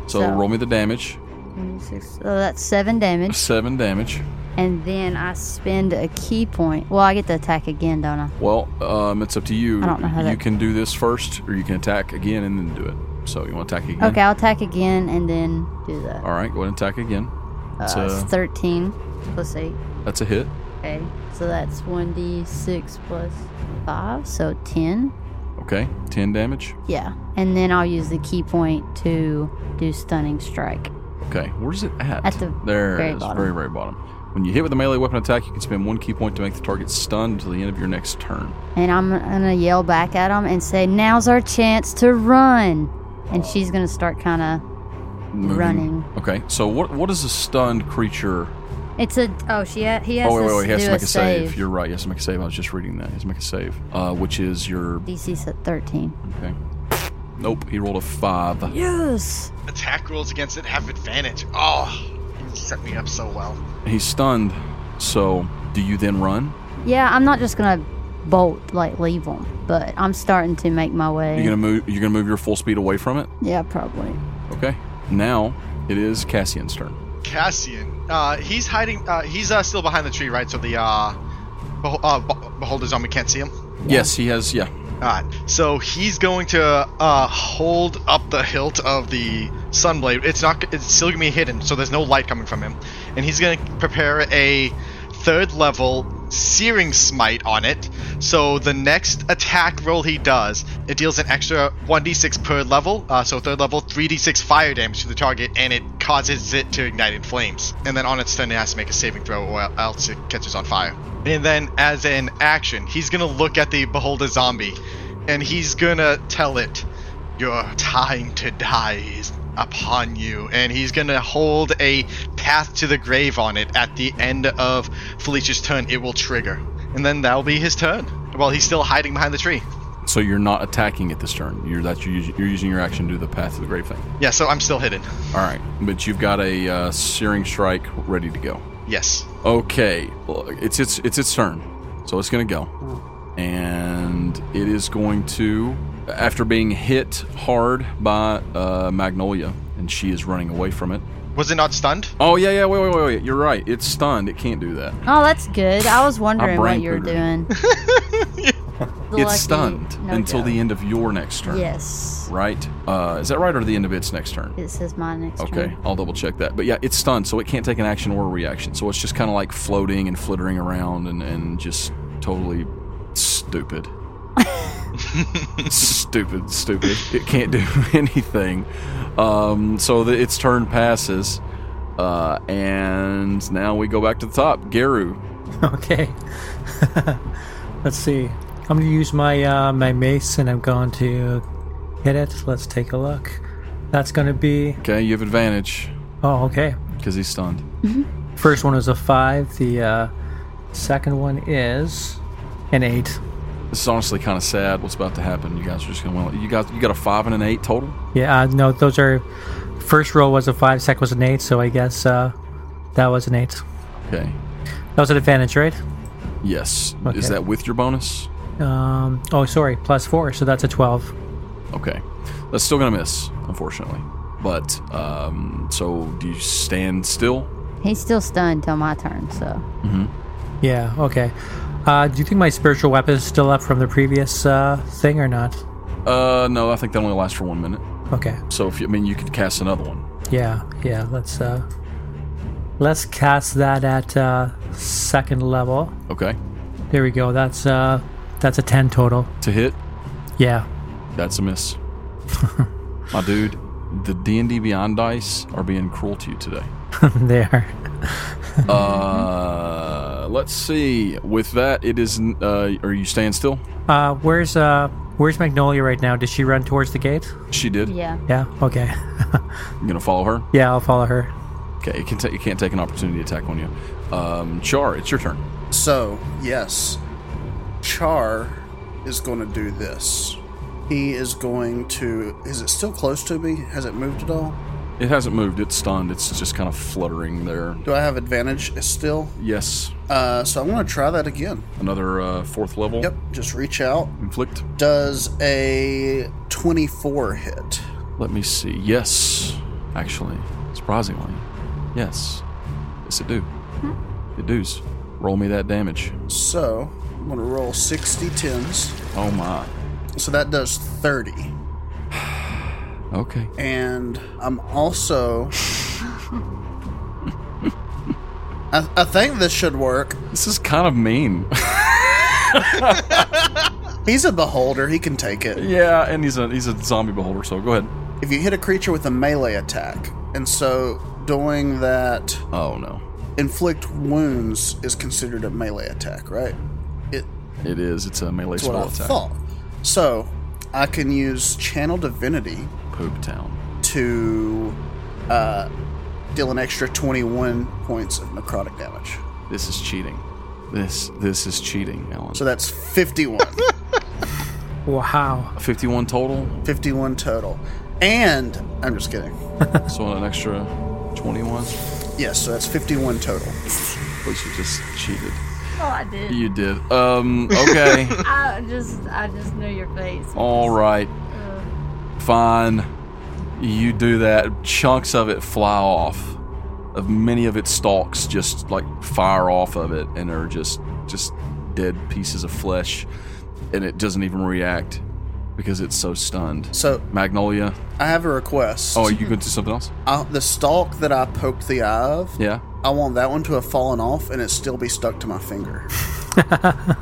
Speaker 2: So,
Speaker 1: So-
Speaker 2: roll me the damage.
Speaker 1: 26. So oh, that's seven damage,
Speaker 2: Seven damage.
Speaker 1: and then I spend a key point. Well, I get to attack again, don't I?
Speaker 2: Well, um, it's up to you.
Speaker 1: I don't know how
Speaker 2: you
Speaker 1: that-
Speaker 2: can do this first, or you can attack again and then do it. So you want to attack again?
Speaker 1: Okay, I'll attack again and then do that.
Speaker 2: All right. Go ahead and attack again.
Speaker 1: Uh,
Speaker 2: That's
Speaker 1: it's
Speaker 2: a
Speaker 1: 13 plus 8.
Speaker 2: that's a hit.
Speaker 1: Okay, so that's 1d6 plus 5, so 10.
Speaker 2: Okay. Ten damage.
Speaker 1: Yeah, and then I'll use the key point to do stunning strike.
Speaker 2: Okay. Where's it at?
Speaker 1: At the
Speaker 2: there
Speaker 1: very
Speaker 2: it is.
Speaker 1: bottom.
Speaker 2: Very very bottom. When you hit with a melee weapon attack, you can spend one key point to make the target stunned until the end of your next turn.
Speaker 1: And I'm gonna yell back at him and say, Now's our chance to run! And she's gonna start kind of.
Speaker 2: Moving.
Speaker 1: Running.
Speaker 2: Okay. So what what is a stunned creature?
Speaker 1: It's a. Oh, she ha- he has
Speaker 2: oh wait
Speaker 1: to
Speaker 2: wait wait. He has
Speaker 1: do
Speaker 2: to make a save.
Speaker 1: save.
Speaker 2: You're right. He has to make a save. I was just reading that. He has to make a save, uh, which is your
Speaker 1: DC's at 13.
Speaker 2: okay. Nope. He rolled a five.
Speaker 1: Yes!
Speaker 6: Attack rolls against it have advantage. Oh, you set me up so well.
Speaker 2: He's stunned. So, do you then run?
Speaker 1: Yeah, I'm not just gonna bolt, like, leave him, but I'm starting to make my way.
Speaker 2: You're gonna move. You're gonna move your full speed away from it.
Speaker 1: Yeah, probably.
Speaker 2: Okay. Now it is Cassian's turn.
Speaker 6: Cassian, uh, he's hiding. Uh, he's uh, still behind the tree, right? So the uh, beho- uh, be- beholder's army can't see him.
Speaker 2: Yes, he has. Yeah.
Speaker 6: Alright, so he's going to uh, hold up the hilt of the sunblade. It's not. It's still gonna be hidden, so there's no light coming from him. And he's gonna prepare a third level searing smite on it. So the next attack roll he does, it deals an extra 1d6 per level. Uh, so third level, 3d6 fire damage to the target, and it causes it to ignite in flames. And then on its turn, it has to make a saving throw, or else it catches on fire. And then as an action, he's gonna look at the beholder zombie and he's gonna tell it your time to die is upon you and he's gonna hold a path to the grave on it at the end of felicia's turn it will trigger and then that'll be his turn while he's still hiding behind the tree
Speaker 2: So you're not attacking it this turn. You're that you're, us- you're using your action to do the path to the grave thing.
Speaker 6: yeah so i'm still hidden
Speaker 2: All right, but you've got a uh, searing strike ready to go.
Speaker 6: yes
Speaker 2: Okay, well, it's its it's its turn, so it's gonna go, and it is going to, after being hit hard by uh, Magnolia, and she is running away from it.
Speaker 6: was it not stunned
Speaker 2: Oh yeah, yeah. Wait, wait, wait, wait. You're right. It's stunned. It can't do that.
Speaker 1: Oh, that's good. I was wondering what
Speaker 2: brain
Speaker 1: you were doing.
Speaker 2: pooter.
Speaker 1: The lucky-
Speaker 2: it's stunned
Speaker 1: no
Speaker 2: until
Speaker 1: joke.
Speaker 2: the end of your next turn.
Speaker 1: Yes.
Speaker 2: Right? Uh, is that right, or the end of its next turn?
Speaker 1: It says my next
Speaker 2: Okay,
Speaker 1: turn.
Speaker 2: I'll double check that. But yeah, it's stunned, so it can't take an action or a reaction. So it's just kind of like floating and flittering around and, and just totally stupid. stupid, stupid. It can't do anything. Um, so the, its turn passes. Uh, and now we go back to the top. Garu.
Speaker 3: Okay. Let's see. I'm going to use my uh, my mace and I'm going to hit it. Let's take a look. That's going to be
Speaker 2: Okay, you have advantage
Speaker 3: oh okay.
Speaker 2: because he's stunned.
Speaker 3: First one is a five. The uh, second one is an eight.
Speaker 2: This is honestly kind of sad. What's about to happen? You guys are just gonna. Well, you got you got a five and an eight total.
Speaker 3: Yeah, uh, no, those are. First roll was a five, second was an eight, so I guess uh, that was an eight.
Speaker 2: Okay.
Speaker 3: That was an advantage, right?
Speaker 2: Yes.
Speaker 3: Okay.
Speaker 2: Is that with your bonus?
Speaker 3: Um, oh, sorry, plus four, so that's a 12.
Speaker 2: Okay. That's still gonna miss, unfortunately. But um, so do you stand still?
Speaker 1: He's still stunned till my turn, so.
Speaker 3: Yeah, okay. Uh, do you think my spiritual weapon is still up from the previous uh, thing or not?
Speaker 2: Uh, no. I think that only lasts for one minute.
Speaker 3: Okay,
Speaker 2: So if you, I mean, you could cast another one.
Speaker 3: yeah, yeah, let's. Uh, let's cast that at uh, second level.
Speaker 2: Okay.
Speaker 3: There we go. That's uh, that's a 10 total.
Speaker 2: To hit,
Speaker 3: Yeah.
Speaker 2: that's a miss. My dude, the D and D Beyond dice are being cruel to you today.
Speaker 3: there.
Speaker 2: Uh, let's see. With that, it is. n- Uh, are you staying still?
Speaker 3: Uh, where's uh, where's Magnolia right now? Did she run towards the gate?
Speaker 2: She did.
Speaker 1: Yeah.
Speaker 3: Yeah. Okay.
Speaker 2: You gonna follow her?
Speaker 3: yeah, I'll follow her.
Speaker 2: Okay, it, can ta- it can't take an opportunity attack on you. Um, Char, it's your turn.
Speaker 7: So, yes, Char is going to do this. He is going to. Is it still close to me? Has it moved at all?
Speaker 2: It hasn't moved. It's stunned. It's just kind of fluttering there.
Speaker 7: Do I have advantage still?
Speaker 2: Yes,
Speaker 7: Uh, so I'm going to try that again.
Speaker 2: another uh, fourth level.
Speaker 7: Yep, just reach out.
Speaker 2: Inflict.
Speaker 7: Does a 24 hit?
Speaker 2: Let me see. Yes, actually, surprisingly, yes, yes it do. It does. Roll me that damage.
Speaker 7: So I'm going to roll 60 tens.
Speaker 2: Oh my.
Speaker 7: So that does 30.
Speaker 2: Okay.
Speaker 7: And I'm also. I, I think this should work.
Speaker 2: This is kind of mean.
Speaker 7: He's a beholder, he can take it.
Speaker 2: yeah, and he's a he's a zombie beholder. So go ahead.
Speaker 7: If you hit a creature with a melee attack, and so doing that,
Speaker 2: Oh no,
Speaker 7: inflict wounds is considered a melee attack, right? It,
Speaker 2: it is. It's a melee
Speaker 7: that's what
Speaker 2: spell
Speaker 7: I
Speaker 2: attack.
Speaker 7: thought. So I can use Channel Divinity
Speaker 2: Poop town.
Speaker 7: to uh, deal an extra 21 points of necrotic damage.
Speaker 2: This is cheating. This this is cheating, Alan.
Speaker 7: So that's 51.
Speaker 3: Wow.
Speaker 2: 51 total.
Speaker 7: 51 total. And I'm just kidding.
Speaker 2: So an extra 21.
Speaker 7: Yes, so that's 51 total.
Speaker 2: Alicia just cheated.
Speaker 1: Oh, I did.
Speaker 2: You did. Um. Okay.
Speaker 1: I just, I just knew your face.
Speaker 2: All right. Fine. You do that. Chunks of it fly off. Of many of its stalks just like fire off of it and are just just dead pieces of flesh and it doesn't even react because it's so stunned.
Speaker 7: So
Speaker 2: Magnolia.
Speaker 7: I have a request.
Speaker 2: Oh, you could do something else?
Speaker 7: I, the stalk that I poked the eye of,
Speaker 2: Yeah.
Speaker 7: I want that one to have fallen off and it still be stuck to my finger.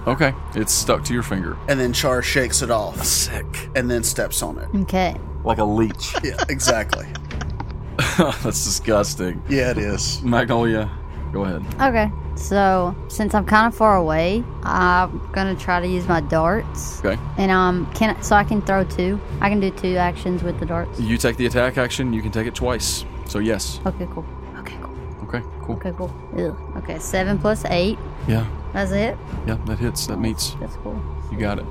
Speaker 2: Okay. It's stuck to your finger.
Speaker 7: And then Char shakes it off
Speaker 2: Sick.
Speaker 7: and then steps on it.
Speaker 1: Okay.
Speaker 2: Like a leech.
Speaker 7: Yeah, exactly.
Speaker 2: That's disgusting.
Speaker 7: Yeah, it is.
Speaker 2: Magnolia, go ahead.
Speaker 1: Okay. So since I'm kind of far away, I'm gonna try to use my darts.
Speaker 2: Okay.
Speaker 1: And um, can I- so I can throw two. I can do two actions with the darts.
Speaker 2: You take the attack action, you can take it twice. So, yes.
Speaker 1: Okay, cool. Okay, cool.
Speaker 2: Okay, cool.
Speaker 1: Okay, cool. Ugh. Okay, seven plus eight.
Speaker 2: Yeah,
Speaker 1: That's it.
Speaker 2: yeah, that hits, that meets.
Speaker 1: That's cool.
Speaker 2: You got it.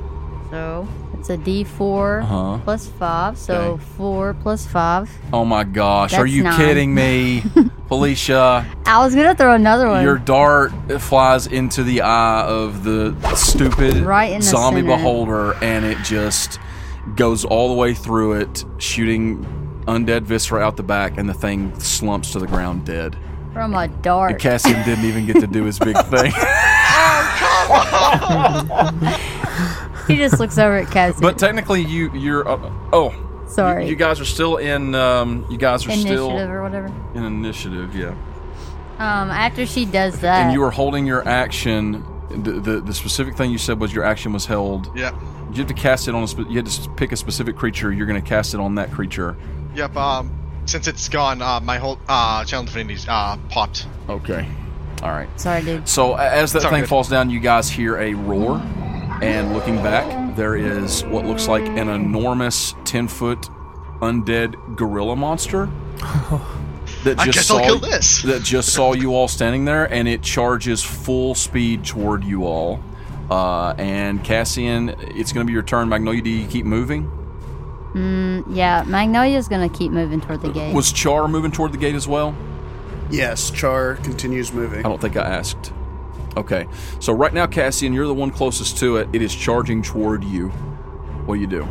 Speaker 1: So it's a D4
Speaker 2: Uh-huh.
Speaker 1: plus five. So
Speaker 2: Okay.
Speaker 1: four plus five.
Speaker 2: Oh my gosh, are
Speaker 1: That's
Speaker 2: you
Speaker 1: nine.
Speaker 2: kidding me? Felicia,
Speaker 1: I was gonna throw another one.
Speaker 2: your dart flies into the eye of the stupid
Speaker 1: Right in the
Speaker 2: zombie
Speaker 1: center.
Speaker 2: beholder and it just goes all the way through it, shooting undead viscera out the back, and the thing slumps to the ground dead.
Speaker 1: from a dart.
Speaker 2: And Cassian didn't even get to do his big thing.
Speaker 1: He just looks over at Cassie.
Speaker 2: But technically, you you're uh, oh
Speaker 1: Sorry.
Speaker 2: You, you guys are still in. Um, you guys are
Speaker 1: initiative
Speaker 2: still
Speaker 1: or whatever.
Speaker 2: in initiative. Yeah,
Speaker 1: Um, after she does that,
Speaker 2: and you are holding your action. The, the the specific thing you said was your action was held.
Speaker 6: Yep.
Speaker 2: You have to cast it on a. Spe- you had to s- pick a specific creature. You're going to cast it on that creature.
Speaker 6: Yep. Um, since it's gone, uh, my whole uh, channel infinity's uh popped.
Speaker 2: Okay. All right.
Speaker 1: sorry, dude.
Speaker 2: So a- as that
Speaker 6: It's all
Speaker 2: thing
Speaker 6: good.
Speaker 2: falls down, you guys hear a roar, and looking back, there is what looks like an enormous ten foot undead gorilla monster that
Speaker 6: I
Speaker 2: just
Speaker 6: guess
Speaker 2: saw
Speaker 6: I'll kill this.
Speaker 2: that just saw you all standing there, and it charges full speed toward you all. Uh, and Cassian, it's going to be your turn. Magnolia, do you keep moving?
Speaker 1: Yeah, Magnolia's gonna keep moving toward the gate.
Speaker 2: Uh, Was Char moving toward the gate as well?
Speaker 7: Yes, Char continues moving.
Speaker 2: I don't think I asked. Okay. So right now, Cassian, you're the one closest to it. It is charging toward you. What do you do?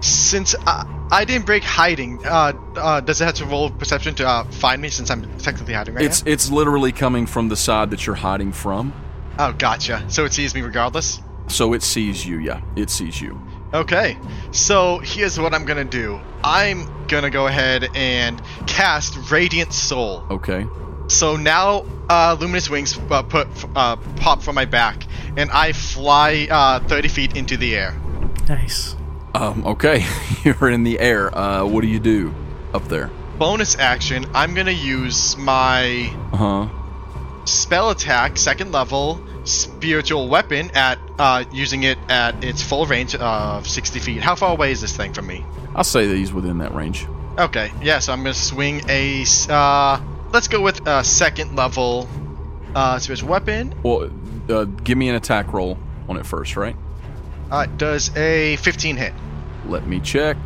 Speaker 6: Since uh, I, I didn't break hiding, uh, uh, does it have to roll perception to uh, find me since I'm technically hiding right
Speaker 2: It's it's literally coming from the side that you're hiding from.
Speaker 6: now? Oh, gotcha. So it sees me regardless.
Speaker 2: So it sees you, yeah. It sees you.
Speaker 6: Okay, so here's what I'm gonna do. I'm gonna go ahead and cast Radiant Soul.
Speaker 2: Okay.
Speaker 6: So now uh, Luminous Wings uh, put uh, pop from my back, and I fly uh, 30 feet into the air.
Speaker 3: Nice.
Speaker 2: Um, okay. you're in the air. Uh, what do you do up there?
Speaker 6: Bonus action, I'm gonna use my
Speaker 2: Uh huh.
Speaker 6: spell attack, second level, spiritual weapon at uh, using it at its full range of 60 feet. How far away is this thing from me?
Speaker 2: I'll say that he's within that range.
Speaker 6: Okay, yeah, so I'm gonna swing a s- uh, Let's go with uh, second level uh, special weapon.
Speaker 2: Well, uh, give me an attack roll on it first, right?
Speaker 6: Uh, does a 15 hit?
Speaker 2: Let me check.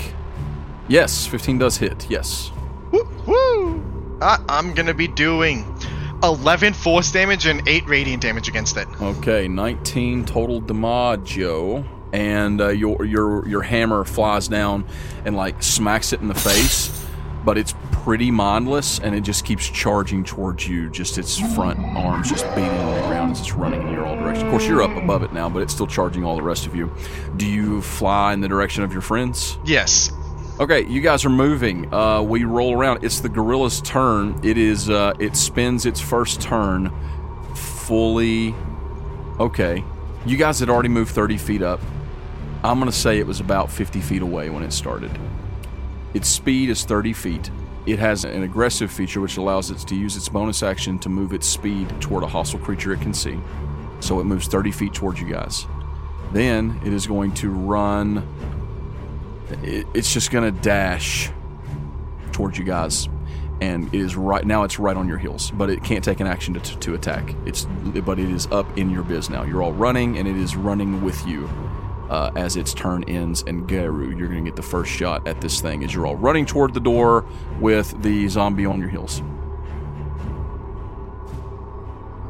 Speaker 2: Yes, 15 does hit. Yes.
Speaker 6: Woo! woo. Uh, I'm gonna be doing 11 force damage and 8 radiant damage against it.
Speaker 2: Okay, 19 total damaggio, and uh, your your your hammer flies down and like smacks it in the face, but it's pretty mindless, and it just keeps charging towards you. Just its front arms just beating on the ground as it's running in your all direction. Of course, you're up above it now, but it's still charging all the rest of you. Do you fly in the direction of your friends?
Speaker 6: Yes.
Speaker 2: Okay, you guys are moving. Uh, we roll around. It's the gorilla's turn. It is. Uh, it spends its first turn, fully. Okay, you guys had already moved thirty feet up. I'm gonna say it was about fifty feet away when it started. Its speed is thirty feet. It has an aggressive feature which allows it to use its bonus action to move its speed toward a hostile creature it can see. So it moves thirty feet towards you guys. Then it is going to run it, it's just gonna dash towards you guys and it is right now it's right on your heels but it can't take an action to, to attack it's but it is up in your biz now you're all running and it is running with you uh, as its turn ends and garu you're gonna get the first shot at this thing as you're all running toward the door with the zombie on your heels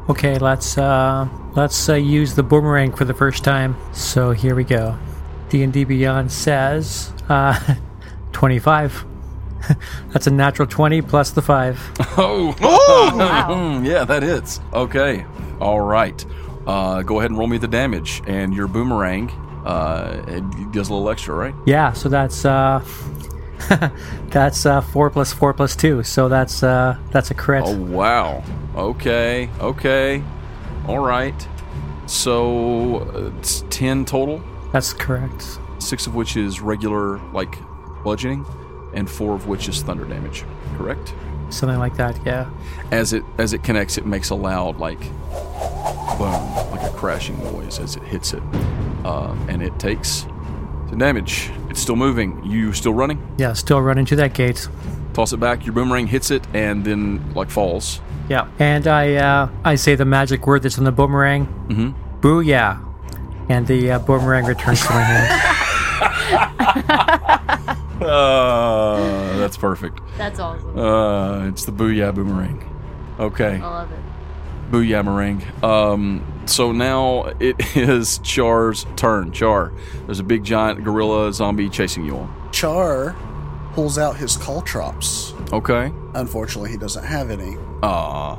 Speaker 3: Okay, let's uh, let's uh, use the boomerang for the first time. So here we go. D and D Beyond says uh, twenty-five. That's a natural twenty plus the five.
Speaker 2: oh
Speaker 1: Wow.
Speaker 2: yeah that hits okay all right uh, go ahead and roll me the damage and your boomerang uh, it does a little extra right
Speaker 3: Yeah, so that's uh, that's uh, four plus four plus two. So that's uh, that's a crit.
Speaker 2: Oh wow. Okay. Okay. All right. So uh, it's ten total,
Speaker 3: That's correct.
Speaker 2: six of which is regular like bludgeoning, and four of which is thunder damage. Correct.
Speaker 3: Something like that. Yeah.
Speaker 2: As it as it connects, it makes a loud like boom, like a crashing noise as it hits it, uh, and it takes the damage. It's still moving. You still running?
Speaker 3: Yeah. Still running to that gate.
Speaker 2: Toss it back. Your boomerang hits it, and then like falls.
Speaker 3: Yeah. And I uh, I say the magic word that's on the boomerang. Mm-hmm. Booyah! And the uh, boomerang returns to my hand.
Speaker 2: Uh, that's perfect.
Speaker 1: That's awesome.
Speaker 2: Uh, it's the Booyah Boomerang. Okay,
Speaker 1: I love it.
Speaker 2: Booyah Meringue. Um, so now it is Char's turn. Char, there's a big giant gorilla zombie chasing you all.
Speaker 7: Char pulls out his call trops.
Speaker 2: Okay.
Speaker 7: Unfortunately, he doesn't have any.
Speaker 2: Uh,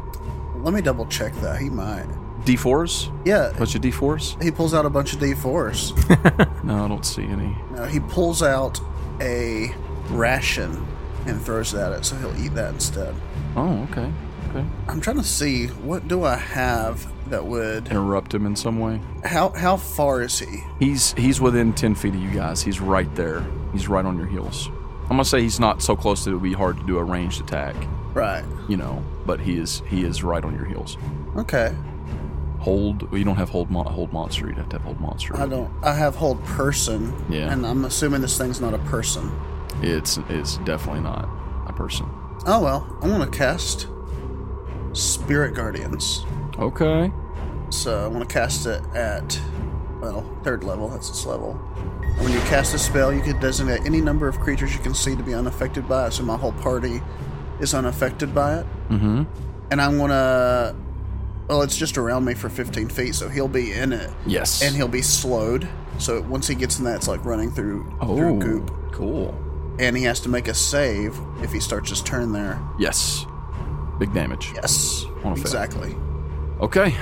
Speaker 7: Let me double check that. He might.
Speaker 2: D4s?
Speaker 7: Yeah,
Speaker 2: Bunch of D4s?
Speaker 7: he pulls out a bunch of D4s.
Speaker 2: No, I don't see any.
Speaker 7: Now he pulls out a ration and throws it at it, so he'll eat that instead.
Speaker 2: Oh, okay. Okay.
Speaker 7: I'm trying to see what do I have that would
Speaker 2: Interrupt him in some way.
Speaker 7: how how far is he?
Speaker 2: He's he's within ten feet of you guys. He's right there. He's right on your heels. I'm gonna say he's not so close that it would be hard to do a ranged attack,
Speaker 7: Right.
Speaker 2: you know. But he is he is right on your heels.
Speaker 7: Okay.
Speaker 2: Hold. well, You don't have hold. Mon- hold monster. You'd have to have hold monster.
Speaker 7: I don't I have hold person.
Speaker 2: Yeah.
Speaker 7: And I'm assuming this thing's not a person.
Speaker 2: It's it's definitely not a person.
Speaker 7: Oh well, I'm gonna cast Spirit Guardians.
Speaker 2: Okay.
Speaker 7: So I'm gonna cast it at well, third level, that's its level. And when you cast a spell, you can designate any number of creatures you can see to be unaffected by it, so my whole party is unaffected by it.
Speaker 2: Mm-hmm.
Speaker 7: And I'm gonna well, it's just around me for fifteen feet, so he'll be in it.
Speaker 2: Yes.
Speaker 7: And he'll be slowed. So once he gets in that it's like running through
Speaker 2: oh
Speaker 7: through goop.
Speaker 2: cool.
Speaker 7: And he has to make a save if he starts his turn there.
Speaker 2: Yes. Big damage.
Speaker 7: Yes.
Speaker 2: Wanna fail.
Speaker 7: Exactly.
Speaker 2: Okay.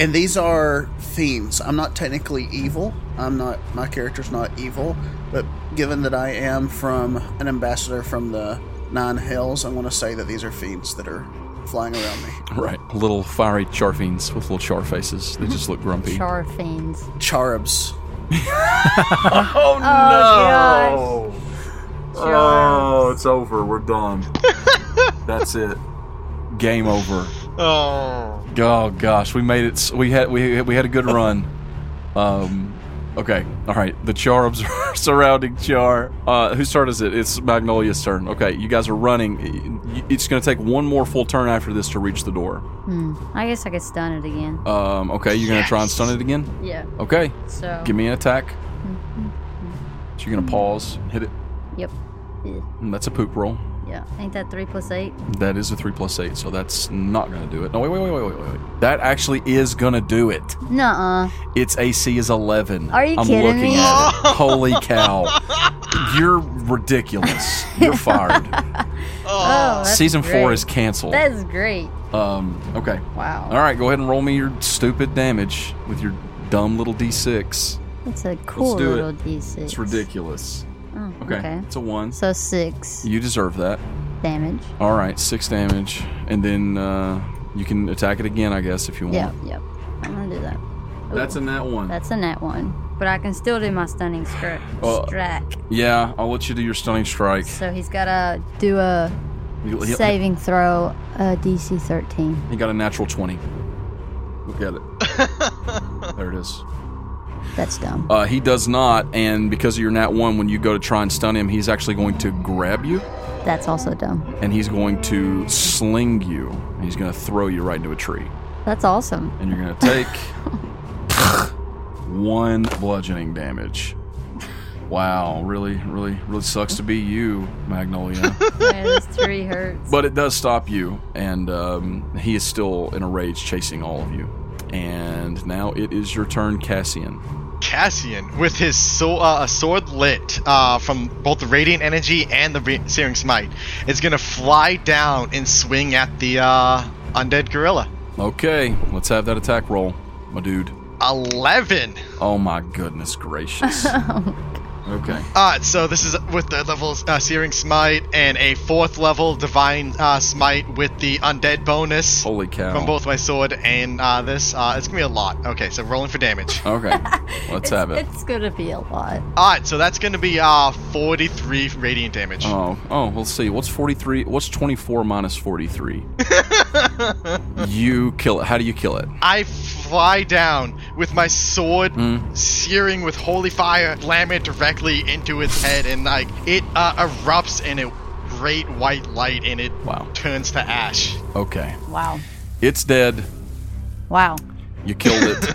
Speaker 7: And these are fiends. I'm not technically evil. I'm not. My character's not evil. But given that I am from an ambassador from the Nine Hells, I'm going to say that these are fiends that are flying around me.
Speaker 2: Right. Little fiery charfiends with little char faces. They just look grumpy.
Speaker 1: Char fiends.
Speaker 7: Charubs.
Speaker 2: Oh
Speaker 1: no!
Speaker 2: Oh, it's over. We're done. That's it. Game over.
Speaker 6: Oh.
Speaker 2: Oh gosh, we made it. s- We had we we had a good run. Um, Okay. All right. The charbs are surrounding Char. Uh, whose turn is it? It's Magnolia's turn. Okay. You guys are running. Y- It's going to take one more full turn after this to reach the door.
Speaker 1: Hmm. I guess I could stun it again.
Speaker 2: Um, okay. You're going to try and stun it again?
Speaker 1: Yeah.
Speaker 2: Okay.
Speaker 1: So.
Speaker 2: Give me an attack. So you're going to pause, hit it.
Speaker 1: Yep.
Speaker 2: And that's a poop roll.
Speaker 1: Yeah. Ain't that three plus eight?
Speaker 2: That is a 3 plus 8, so that's not going to do it. No, wait, wait, wait, wait, wait, wait, wait. That actually is going to do it.
Speaker 1: Nuh-uh.
Speaker 2: Its AC is 11.
Speaker 1: Are you
Speaker 2: I'm
Speaker 1: kidding
Speaker 2: looking
Speaker 1: me?
Speaker 2: at it. Holy cow. You're ridiculous. You're fired.
Speaker 1: Oh, that's
Speaker 2: Uh, Season 4
Speaker 1: great.
Speaker 2: is canceled.
Speaker 1: That's great.
Speaker 2: Um, okay.
Speaker 1: Wow.
Speaker 2: All right, go ahead and roll me your stupid damage with your dumb little d6.
Speaker 1: That's a cool
Speaker 2: do it.
Speaker 1: little D6.
Speaker 2: It's ridiculous.
Speaker 1: Oh,
Speaker 2: Okay.
Speaker 1: okay.
Speaker 2: It's a 1.
Speaker 1: So six
Speaker 2: You deserve that.
Speaker 1: damage.
Speaker 2: All right, 6 damage and then uh, you can attack it again, I guess, if you want.
Speaker 1: Yep. Yep. I'm gonna do that. Ooh,
Speaker 2: That's a nat 1.
Speaker 1: That's a net one. But I can still do my stunning stri-
Speaker 2: Well-
Speaker 1: strike.
Speaker 2: Yeah, I'll let you do your stunning strike.
Speaker 1: So he's gotta do a
Speaker 2: He, he-
Speaker 1: saving throw, uh, a DC 13.
Speaker 2: he got a natural 20. Look at it. there it is.
Speaker 1: That's dumb.
Speaker 2: Uh, he does not, and because of your nat 1, when you go to try and stun him, he's actually going to grab you,
Speaker 1: That's also dumb.
Speaker 2: and he's going to sling you, and he's going to throw you right into a tree.
Speaker 1: That's awesome.
Speaker 2: And you're going to take one bludgeoning damage. Wow, really, really, really sucks to be you, Magnolia.
Speaker 1: Man, this three hurts.
Speaker 2: But it does stop you, and um, he is still in a rage, chasing all of you. And now it is your turn, Cassian.
Speaker 6: Cassian, with his so, uh, sword lit uh, from both the radiant energy and the re- searing smite, is gonna fly down and swing at the uh, undead gorilla.
Speaker 2: Okay, let's have that attack roll, my dude.
Speaker 6: Eleven.
Speaker 2: Oh my goodness gracious.
Speaker 1: Oh
Speaker 2: okay.
Speaker 6: Uh, so this is with the levels uh, searing smite and a fourth level divine uh, smite with the undead bonus
Speaker 2: Holy cow.
Speaker 6: from both my sword and uh, this. Uh, it's gonna be a lot. Okay, so rolling for damage.
Speaker 2: Okay, let's have it.
Speaker 1: It's gonna be a lot.
Speaker 6: All right, so that's gonna be uh 43 radiant damage.
Speaker 2: Oh, oh, let's see. What's 43? What's 24 minus 43? you kill it. How do you kill it?
Speaker 6: I fly down with my sword searing with holy fire, slam it directly into its head, and like it uh, erupts in a great white light, and it
Speaker 2: Wow.
Speaker 6: turns to ash.
Speaker 2: Okay.
Speaker 1: Wow.
Speaker 2: It's dead.
Speaker 1: Wow.
Speaker 2: You killed it.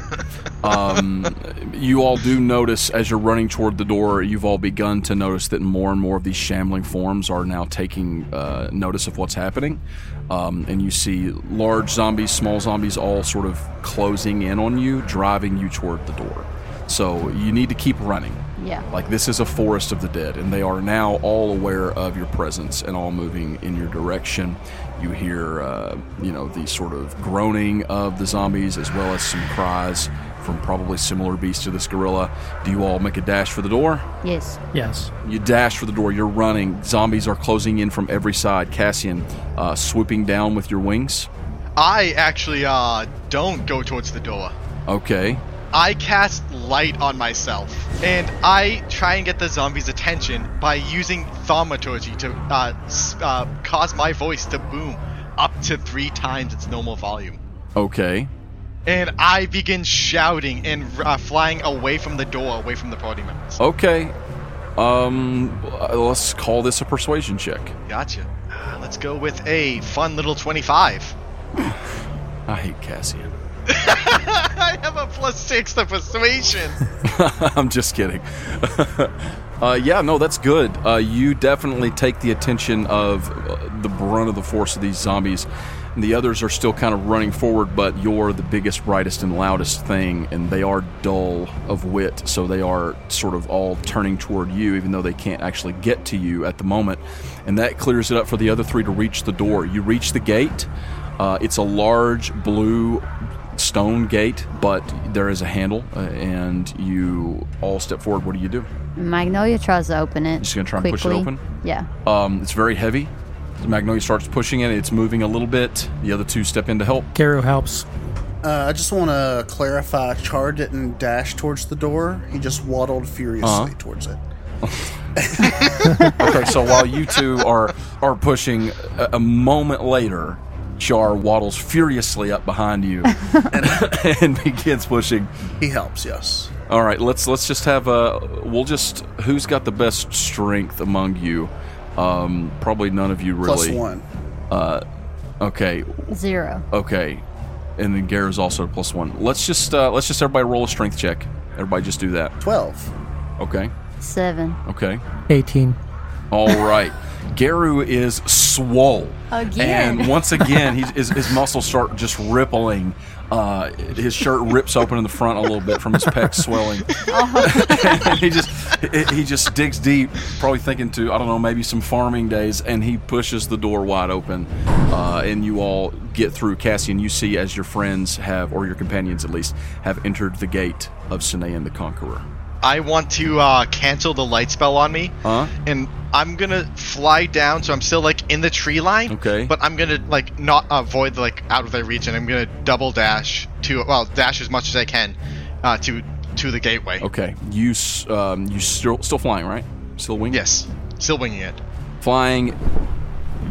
Speaker 2: um, you all do notice as you're running toward the door, you've all begun to notice that more and more of these shambling forms are now taking uh, notice of what's happening. Um, and you see large zombies, small zombies, all sort of closing in on you, driving you toward the door. So you need to keep running.
Speaker 1: Yeah.
Speaker 2: Like, this is a forest of the dead, and they are now all aware of your presence and all moving in your direction. You hear, uh, you know, the sort of groaning of the zombies as well as some cries from probably similar beasts to this gorilla. Do you all make a dash for the door?
Speaker 1: Yes.
Speaker 3: Yes.
Speaker 2: You dash for the door, you're running. Zombies are closing in from every side. Cassian uh, swooping down with your wings.
Speaker 6: I actually uh don't go towards the door.
Speaker 2: Okay.
Speaker 6: I cast light on myself, and I try and get the zombies' attention by using thaumaturgy to uh, s- uh, cause my voice to boom up to three times its normal volume.
Speaker 2: Okay.
Speaker 6: And I begin shouting and uh, flying away from the door, away from the party members.
Speaker 2: Okay. Um, uh, let's call this a persuasion check.
Speaker 6: Gotcha. Uh, let's go with a fun little 25.
Speaker 2: I hate Cassian.
Speaker 6: I have a plus six to persuasion.
Speaker 2: I'm just kidding. uh, yeah, no, that's good. Uh, you definitely take the attention of uh, the brunt of the force of these zombies. And the others are still kind of running forward, but you're the biggest, brightest, and loudest thing, and they are dull of wit, so they are sort of all turning toward you, even though they can't actually get to you at the moment. And that clears it up for the other three to reach the door. You reach the gate. Uh, it's a large blue stone gate, but there is a handle, uh, and you all step forward. What do you do?
Speaker 1: Magnolia tries to open it.
Speaker 2: Just gonna try and push it
Speaker 1: quickly.
Speaker 2: open?
Speaker 1: Yeah.
Speaker 2: Um, it's very heavy. The Magnolia starts pushing it. It's moving a little bit. The other two step in to help.
Speaker 3: Garu helps.
Speaker 7: Uh, I just want to clarify Char didn't dash towards the door. He just waddled furiously towards it.
Speaker 2: Okay, so while you two are are pushing, a, a moment later, Char waddles furiously up behind you and, and begins pushing.
Speaker 7: He helps, yes.
Speaker 2: All right, let's let's just have a. We'll just who's got the best strength among you? Um, probably none of you
Speaker 7: Plus
Speaker 2: really.
Speaker 7: one.
Speaker 2: Okay,
Speaker 1: Zero.
Speaker 2: okay, and then Gara's also plus one. Let's just uh, let's just everybody roll a strength check. Everybody just do that.
Speaker 7: Twelve.
Speaker 2: Okay,
Speaker 1: Seven.
Speaker 2: okay.
Speaker 3: 18.
Speaker 2: All right. Garu is swole.
Speaker 1: Again.
Speaker 2: And once again, he's, his, his muscles start just rippling. Uh, his shirt rips open in the front a little bit from his pecs swelling. and he just he just digs deep, probably thinking to I don't know maybe some farming days, and he pushes the door wide open, uh, and you all get through. Cassian, you see as your friends have, or your companions at least, have entered the gate of Sinean the Conqueror.
Speaker 6: I want to uh, cancel the light spell on me,
Speaker 2: Huh?
Speaker 6: and I'm gonna fly down. So I'm still like in the tree line.
Speaker 2: Okay.
Speaker 6: But I'm gonna like not avoid like out of their reach, and I'm gonna double dash to well dash as much as I can uh, to to the gateway.
Speaker 2: Okay, you s- um, you still still flying right? Still winging?
Speaker 6: Yes, still winging it.
Speaker 2: flying.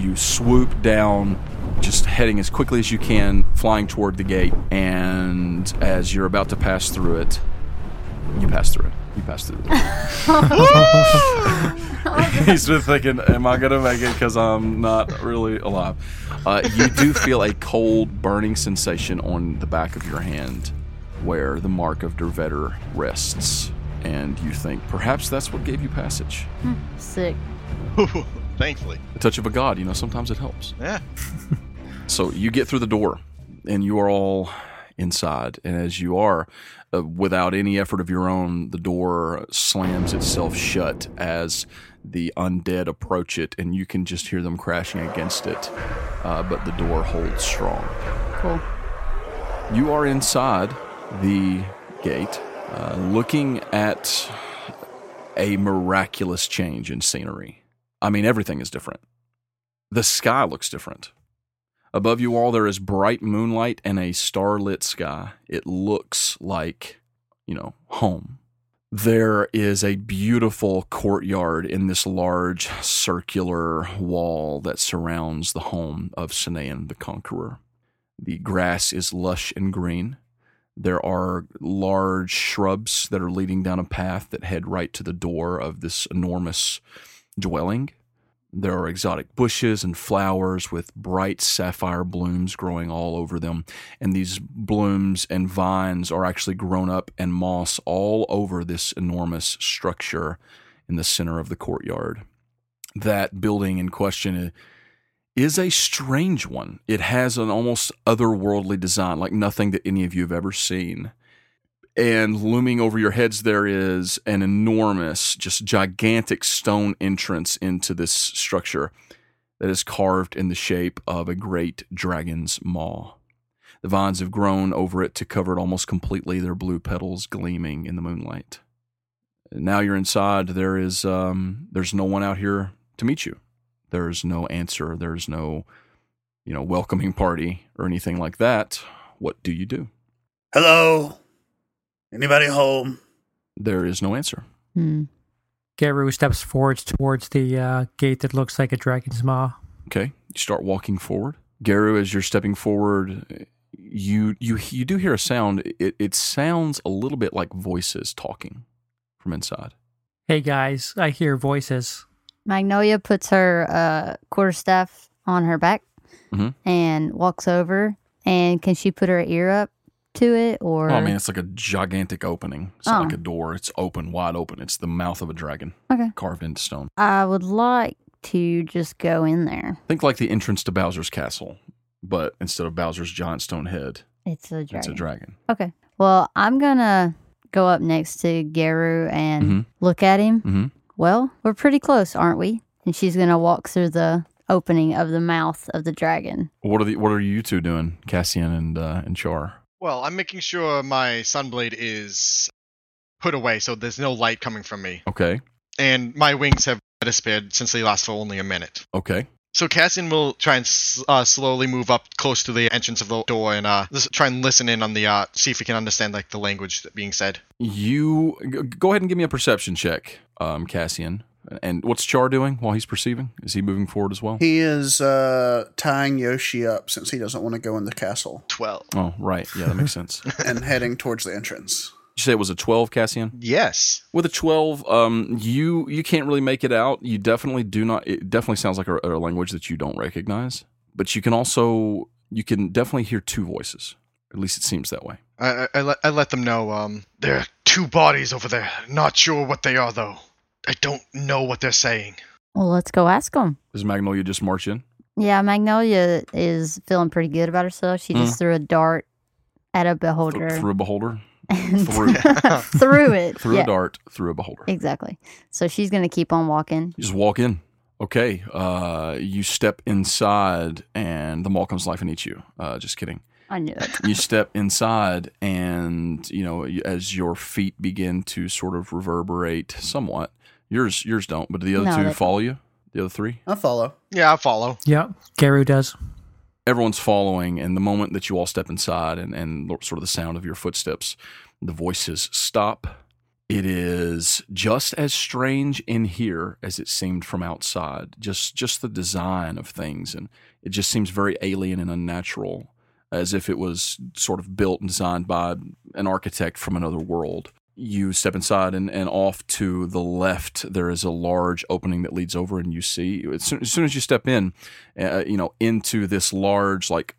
Speaker 2: You swoop down, just heading as quickly as you can, flying toward the gate. And as you're about to pass through it, you pass through it. You pass through it. He's been thinking, "Am I gonna make it? Because I'm not really alive." Uh, you do feel a cold, burning sensation on the back of your hand, where the mark of Dervetter rests, and you think perhaps that's what gave you passage.
Speaker 1: Sick.
Speaker 6: Thankfully,
Speaker 2: A touch of a god, you know, sometimes it helps.
Speaker 6: yeah.
Speaker 2: So you get through the door, and you are all inside. And as you are, uh, without any effort of your own, the door slams itself shut as the undead approach it, and you can just hear them crashing against it. Uh, but the door holds strong.
Speaker 1: Cool.
Speaker 2: You are inside the gate, uh, looking at a miraculous change in scenery. I mean, everything is different. The sky looks different. Above you all, there is bright moonlight and a starlit sky. It looks like, you know, home. There is a beautiful courtyard in this large circular wall that surrounds the home of Sinean the Conqueror. The grass is lush and green. There are large shrubs that are leading down a path that head right to the door of this enormous dwelling. There are exotic bushes and flowers with bright sapphire blooms growing all over them. And these blooms and vines are actually grown up and moss all over this enormous structure in the center of the courtyard. That building in question is is a strange one. It has an almost otherworldly design, like nothing that any of you have ever seen. And looming over your heads, there is an enormous, just gigantic stone entrance into this structure that is carved in the shape of a great dragon's maw. The vines have grown over it to cover it almost completely, their blue petals gleaming in the moonlight. Now you're inside. There is um, there's no one out here to meet you there's no answer there's no you know welcoming party or anything like that what do you do
Speaker 7: Hello. Anybody home?
Speaker 2: there is no answer
Speaker 1: Hmm.
Speaker 3: Garu steps forwards towards the uh, gate that looks like a dragon's maw.
Speaker 2: okay you start walking forward garu as you're stepping forward you you you do hear a sound it, it sounds a little bit like voices talking from inside
Speaker 3: Hey guys, I hear voices.
Speaker 1: Magnolia puts her uh, quarterstaff on her back
Speaker 2: Mhm.
Speaker 1: and walks over. And can she put her ear up to it? Or
Speaker 2: oh man it's like a gigantic opening it's not
Speaker 1: Oh.
Speaker 2: like a door it's open wide open it's the mouth of a dragon
Speaker 1: Okay.
Speaker 2: carved into stone
Speaker 1: I would like to just go in there.
Speaker 2: think like the entrance to bowser's castle but instead of bowser's giant stone head
Speaker 1: It's a dragon.
Speaker 2: it's a dragon
Speaker 1: Okay. Well, I'm gonna go up next to Garu and
Speaker 2: Mhm.
Speaker 1: look at him.
Speaker 2: Mhm.
Speaker 1: Well, we're pretty close, aren't we? And she's gonna walk through the opening of the mouth of the dragon.
Speaker 2: What are the What are you two doing, Cassian and uh, and Char?
Speaker 6: Well, I'm making sure my sunblade is put away, so there's no light coming from me,
Speaker 2: Okay,
Speaker 6: and my wings have disappeared since they last for only a minute.
Speaker 2: okay,
Speaker 6: So Cassian will try and s- uh, slowly move up close to the entrance of the door and uh, lis- try and listen in on the uh, see if he can understand like the language that being said.
Speaker 2: you g- go ahead and give me a perception check, um, Cassian. And what's Char doing while he's perceiving? Is he moving forward as well?
Speaker 7: He is uh, tying Yoshi up since he doesn't want to go in the castle
Speaker 6: 12.
Speaker 2: oh, right. Yeah, that makes sense. Did
Speaker 7: and heading towards the entrance.
Speaker 2: you say it was a 12, Cassian?
Speaker 6: Yes.
Speaker 2: With a 12, um, you you can't really make it out. You definitely do not. It definitely sounds like a, a language that you don't recognize. But you can also you can definitely hear two voices. At least it seems that way.
Speaker 6: I, I, I, let, I let them know um, there are two bodies over there. Not sure what they are, though. I don't know what they're saying.
Speaker 1: Well, let's go ask them.
Speaker 2: Does Magnolia just march in?
Speaker 1: Yeah, Magnolia is feeling pretty good about herself. She
Speaker 2: Mm.
Speaker 1: just threw a dart at a beholder
Speaker 2: Th- through a beholder?
Speaker 1: and
Speaker 2: through-
Speaker 1: through it.
Speaker 2: Through
Speaker 1: yeah,
Speaker 2: a dart, through a beholder.
Speaker 1: exactly. So she's gonna keep on walking.
Speaker 2: You just walk in. Okay. Uh, you step inside, and the mall comes to life and eats you. Uh, just kidding.
Speaker 1: I knew it.
Speaker 2: You step inside, and you know y- as your feet begin to sort of reverberate somewhat. Yours, yours don't, but do the other
Speaker 1: No,
Speaker 2: two
Speaker 1: they-
Speaker 2: follow you. The other three.
Speaker 7: I follow.
Speaker 6: Yeah, I'll follow.
Speaker 3: Yeah, Garu does.
Speaker 2: Everyone's following, and the moment that you all step inside, and and sort of the sound of your footsteps, the voices stop. It is just as strange in here as it seemed from outside. Just just the design of things, and it just seems very alien and unnatural, as if it was sort of built and designed by an architect from another world. You step inside, and, and off to the left, there is a large opening that leads over, and you see as soon as, soon as you step in, uh, you know into this large like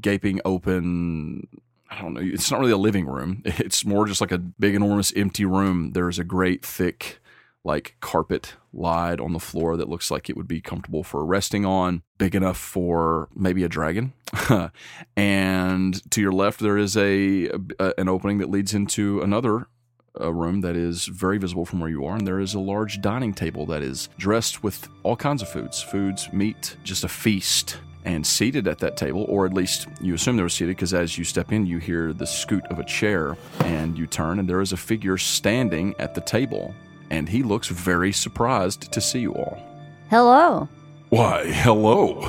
Speaker 2: gaping open I don't know. It's not really a living room. It's more just like a big, enormous, empty room. There's a great, thick, like carpet lied on the floor that looks like it would be comfortable for resting on, big enough for maybe a dragon. and to your left, there is a, a an opening that leads into another a room that is very visible from where you are, and there is a large dining table that is dressed with all kinds of foods foods, meat, just a feast. And seated at that table, or at least you assume they were seated, because as you step in, you hear the scoot of a chair, and you turn, and there is a figure standing at the table, and he looks very surprised to see you all.
Speaker 1: Hello.
Speaker 2: Why, hello.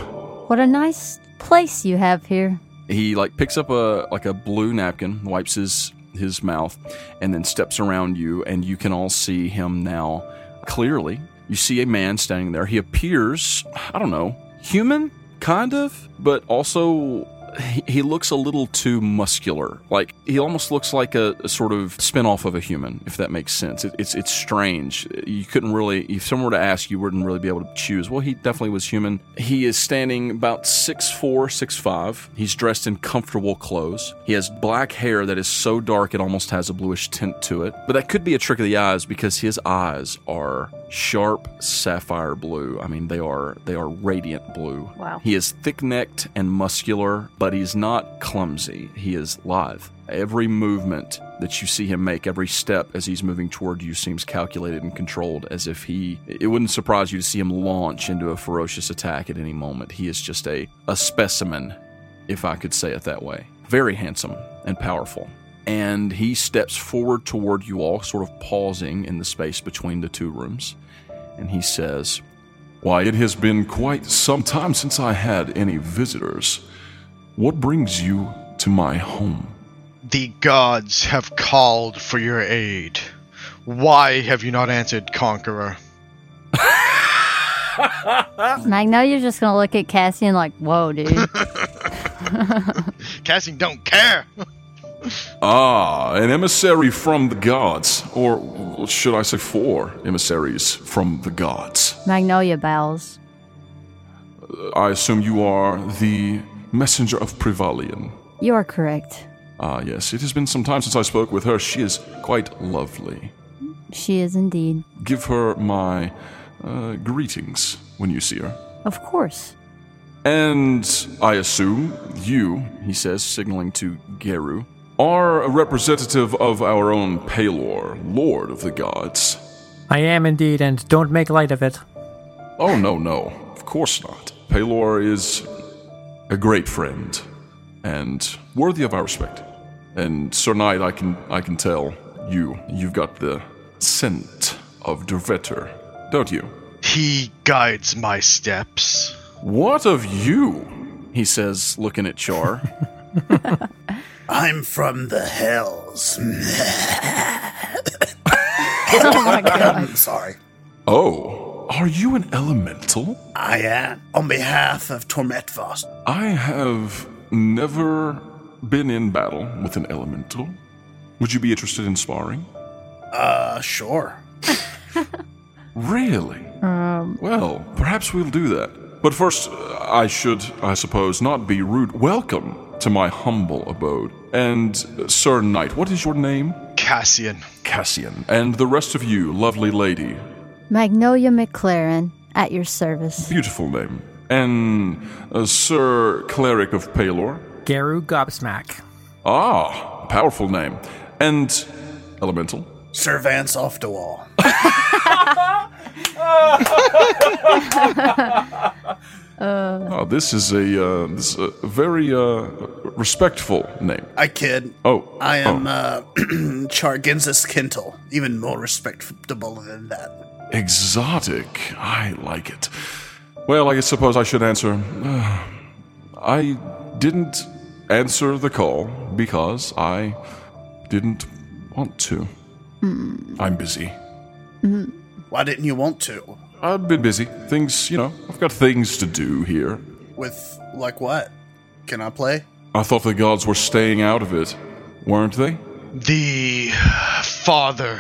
Speaker 1: What a nice place you have here.
Speaker 2: He like picks up a like a blue napkin, wipes his his mouth, and then steps around you, and you can all see him now clearly. You see a man standing there. He appears, I don't know, human, kind of, but also he, he looks a little too muscular. Like he almost looks like a, a sort of spin-off of a human, if that makes sense. It, it's it's strange. You couldn't really, if someone were to ask, you wouldn't really be able to choose. Well, he definitely was human. He is standing about six four, six five. He's dressed in comfortable clothes. He has black hair that is so dark it almost has a bluish tint to it. But that could be a trick of the eyes because his eyes are sharp sapphire blue. I mean, they are they are radiant blue.
Speaker 1: Wow.
Speaker 2: He is thick necked and muscular, but he's not clumsy. He is lithe. Every movement that you see him make, every step as he's moving toward you, seems calculated and controlled, as if he. It wouldn't surprise you to see him launch into a ferocious attack at any moment. He is just a, a specimen, if I could say it that way. Very handsome and powerful. And he steps forward toward you all, sort of pausing in the space between the two rooms. And he says, why, it has been quite some time since I had any visitors. What brings you to my home?
Speaker 6: The gods have called for your aid. Why have you not answered, Conqueror?
Speaker 1: Magnolia's just gonna look at Cassian like, "Whoa, dude."
Speaker 6: Cassie don't care.
Speaker 2: Ah, an emissary from the gods, or should I say, four emissaries from the gods.
Speaker 1: Magnolia bows.
Speaker 2: I assume you are the messenger of Privalian.
Speaker 1: You are correct.
Speaker 2: Ah, yes, it has been some time since I spoke with her. She is quite lovely.
Speaker 1: She is indeed.
Speaker 2: Give her my uh, greetings when you see her.
Speaker 1: Of course.
Speaker 2: And I assume you, he says, signaling to Geru, are a representative of our own Palor, Lord of the Gods.
Speaker 3: I am indeed, and don't make light of it.
Speaker 2: Oh, no, no, of course not. Palor is a great friend and worthy of our respect. And Sir Knight, I can, I can tell you, you've got the scent of Dervetter, don't you?
Speaker 6: He guides my steps.
Speaker 2: What of you? He says, looking at Char.
Speaker 7: I'm from the hells.
Speaker 1: oh my god.
Speaker 7: I'm sorry.
Speaker 2: Oh, are you an elemental?
Speaker 7: I am on behalf of Tormetvast.
Speaker 2: I have never been in battle with an elemental. Would you be interested in sparring?
Speaker 7: Uh, sure.
Speaker 2: Really?
Speaker 1: Um,
Speaker 2: Well, perhaps we'll do that. But first, uh, I should, I suppose, not be rude. Welcome to my humble abode. And, uh, Sir Knight, what is your name?
Speaker 6: Cassian.
Speaker 2: Cassian. And the rest of you, lovely lady.
Speaker 1: Magnolia McLaren at your service.
Speaker 2: Beautiful name. And uh, Sir Cleric of Palor.
Speaker 3: Garu Gobsmack.
Speaker 2: Ah, powerful name. And Elemental.
Speaker 7: Sir Vance off the wall.
Speaker 2: Ah, this is a, uh, this is a very uh, respectful name.
Speaker 7: I kid.
Speaker 2: Oh,
Speaker 7: I
Speaker 2: oh.
Speaker 7: am uh, Chargensis Kintel. Even more respectable than that.
Speaker 2: Exotic. I like it. Well, I suppose I should answer. I didn't answer the call because I didn't want to. I'm busy.
Speaker 7: Why didn't you want to?
Speaker 2: I've been busy. Things, you know, I've got things to do here.
Speaker 7: With like what? Can I play?
Speaker 2: I thought the gods were staying out of it, weren't they?
Speaker 6: The father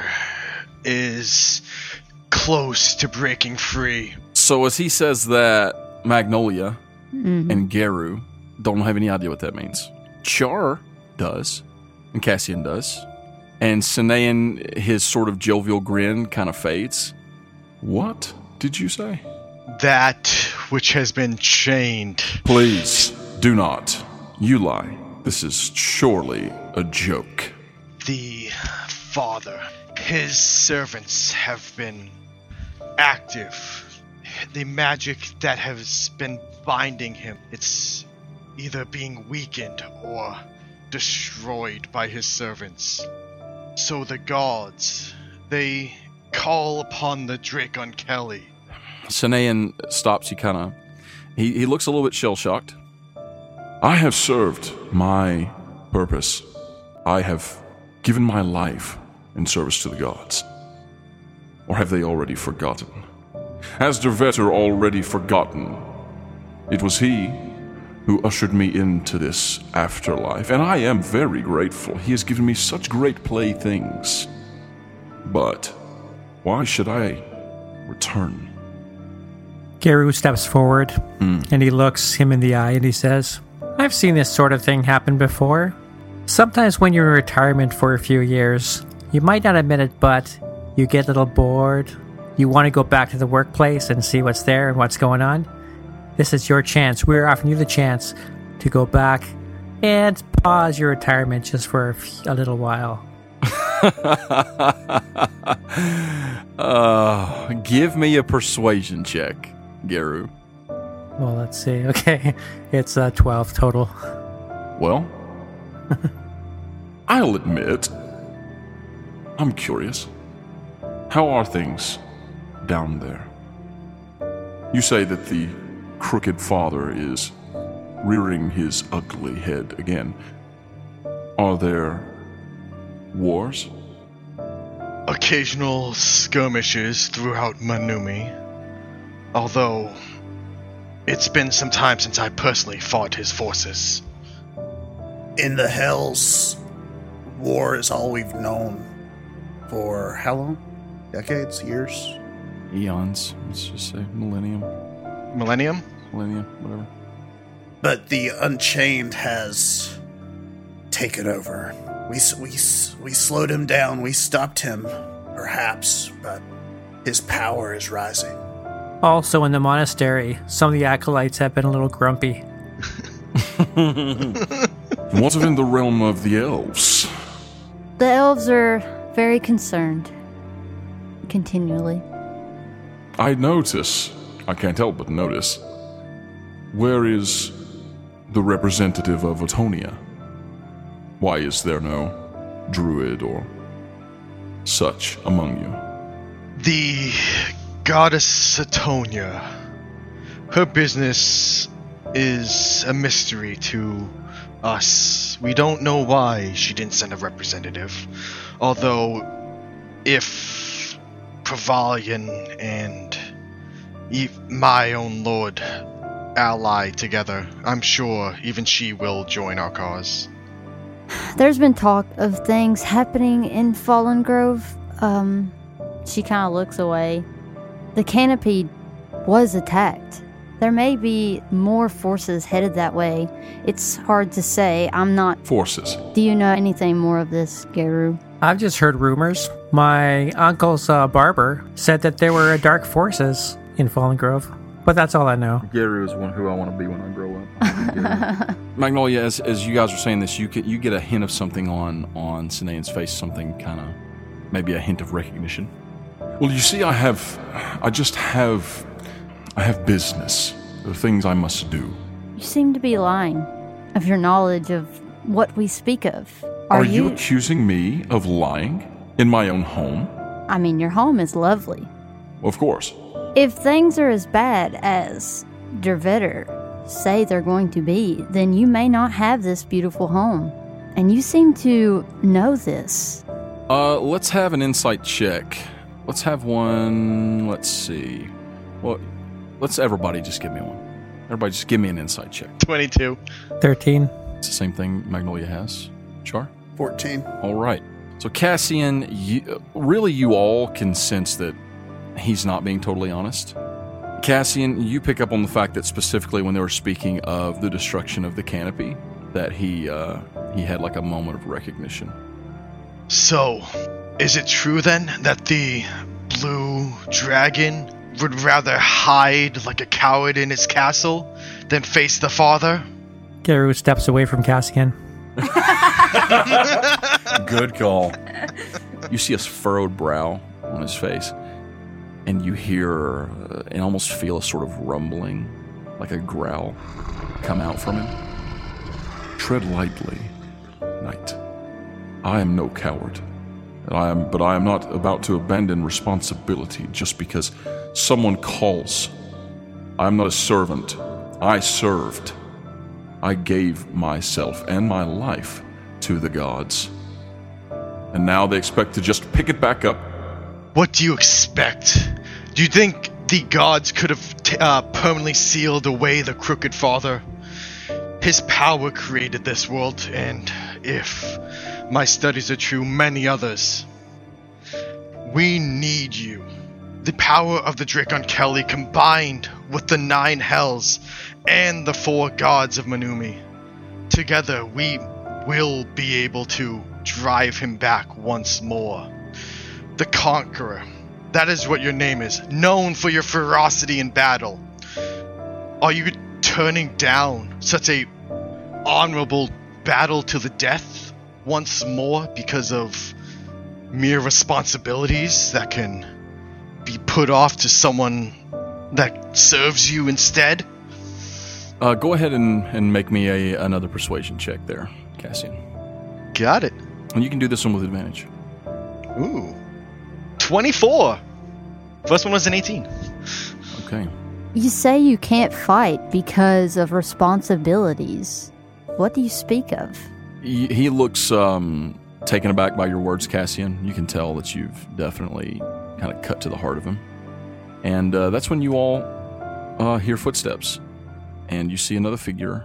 Speaker 6: is close to breaking free.
Speaker 2: So, as he says that, Magnolia and Garu don't have any idea what that means. Char does, and Cassian does, and Sinean, his sort of jovial grin kind of fades. What did you say?
Speaker 6: That which has been chained.
Speaker 2: Please do not. You lie. This is surely a joke.
Speaker 6: The father. His servants have been active. The magic that has been binding him. It's either being weakened or destroyed by his servants. So the gods, they call upon the Dracon Kelly.
Speaker 2: Sinean stops. He kind of he, he looks a little bit shell shocked. I have served my purpose. I have given my life in service to the gods. Or have they already forgotten? Has Dervetter already forgotten? It was he who ushered me into this afterlife, and I am very grateful. He has given me such great playthings. But why should I return?
Speaker 3: Garu steps forward and he looks him in the eye and he says, I've seen this sort of thing happen before. Sometimes when you're in retirement for a few years, you might not admit it, but you get a little bored. You want to go back to the workplace and see what's there and what's going on. This is your chance. We're offering you the chance to go back and pause your retirement just for a, f- a little while.
Speaker 2: uh, give me a persuasion check, Garu.
Speaker 3: Well, let's see. Okay, it's uh, 12 total.
Speaker 2: Well, I'll admit, I'm curious. How are things down there? You say that the crooked father is rearing his ugly head again. Are there wars?
Speaker 6: occasional skirmishes throughout Manumi, although it's been some time since I personally fought his forces.
Speaker 7: In the hells, war is all we've known for how long? Decades, years.
Speaker 2: Eons. Let's just say millennium,
Speaker 6: Millennium?
Speaker 2: millennium, whatever.
Speaker 7: But the Unchained has taken over. We s- we s- we slowed him down. We stopped him, perhaps, but his power is rising.
Speaker 3: Also, in the monastery, some of the acolytes have been a little grumpy.
Speaker 2: What of in the realm of the elves?
Speaker 1: The elves are very concerned. Continually.
Speaker 2: I notice, I can't help but notice, where is the representative of Atonia? Why is there no druid or such among you?
Speaker 6: The goddess Satonia. Her business is a mystery to us. We don't know why she didn't send a representative, although if Pravalian and e- my own lord ally together. I'm sure even she will join our cause.
Speaker 1: There's been talk of things happening in Fallen Grove. Um, she kind of looks away. The canopy was attacked. There may be more forces headed that way. It's hard to say. I'm not.
Speaker 5: Forces.
Speaker 1: Do you know anything more of this, Garu?
Speaker 3: I've just heard rumors. My uncle's uh, barber said that there were dark forces in Fallen Grove, but that's all I know.
Speaker 2: Garu is one who I want to be when I grow up. I'm Garu.
Speaker 5: Magnolia, as, as you guys are saying this, you get you get a hint of something on on Sinean's face, something kind of maybe a hint of recognition. Well, you see, I have, I just have, I have business. There are things I must do.
Speaker 1: You seem to be lying of your knowledge of what we speak of.
Speaker 5: Are, you... accusing me of lying in my own home?
Speaker 1: I mean, your home is lovely.
Speaker 5: Of course.
Speaker 1: If things are as bad as Dervetter say they're going to be, then you may not have this beautiful home. And you seem to know this.
Speaker 5: Uh, let's have an insight check. Let's have one. Let's see. Well, let's everybody just give me one. Everybody just give me an insight check.
Speaker 6: 22.
Speaker 3: 13.
Speaker 5: It's the same thing Magnolia has. Char.
Speaker 7: 14.
Speaker 5: All right. So Cassian, you, really, you all can sense that he's not being totally honest. Cassian, you pick up on the fact that specifically when they were speaking of the destruction of the canopy, that he uh, he had like a moment of recognition.
Speaker 6: So, is it true then that the blue dragon would rather hide like a coward in his castle than face the father?
Speaker 3: Garu steps away from Cassian.
Speaker 5: Good call. you see a furrowed brow on his face, and you hear uh, and almost feel a sort of rumbling, like a growl, come out from him. Tread lightly, knight. I am no coward, and I am, but I am not about to abandon responsibility just because someone calls. I am not a servant. I served. I gave myself and my life to the gods. And now they expect to just pick it back up
Speaker 6: What do you expect? Do you think the gods could have t- uh, permanently sealed away the crooked father? His power created this world, and if my studies are true, many others. We need you. The power of the Drakon Kelly combined with the nine hells and the four gods of Manumi. Together, we will be able to drive him back once more the Conqueror. That is what your name is, known for your ferocity in battle. Are you turning down such a honorable battle to the death once more because of mere responsibilities that can be put off to someone that serves you instead?
Speaker 5: Uh, go ahead and, and make me a, another persuasion check there, Cassian.
Speaker 6: Got it.
Speaker 5: And you can do this one with advantage.
Speaker 6: Ooh. 24. First one was an 18.
Speaker 5: Okay.
Speaker 1: You say you can't fight because of responsibilities. What do you speak of?
Speaker 5: He, he looks um, taken aback by your words, Cassian. You can tell that you've definitely kind of cut to the heart of him. And uh, that's when you all uh, hear footsteps. And you see another figure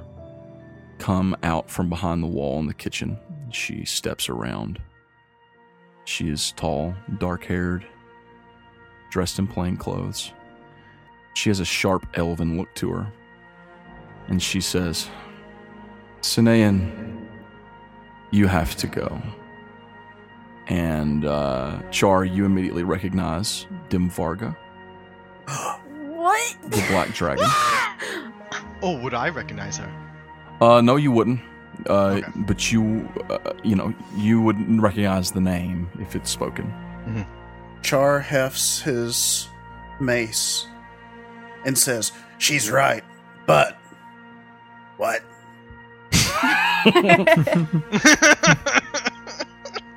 Speaker 5: come out from behind the wall in the kitchen. She steps around. She is tall, dark haired, dressed in plain clothes. She has a sharp elven look to her. And she says, Sinean, you have to go. And uh, Char, you immediately recognize Dimvarga,
Speaker 8: What?
Speaker 5: the black dragon.
Speaker 6: Oh, would I recognize her?
Speaker 5: Uh, no, you wouldn't. Uh,
Speaker 6: Okay.
Speaker 5: But you, uh, you know, you wouldn't recognize the name if it's spoken.
Speaker 7: Char hefts his mace and says, She's right, but. What?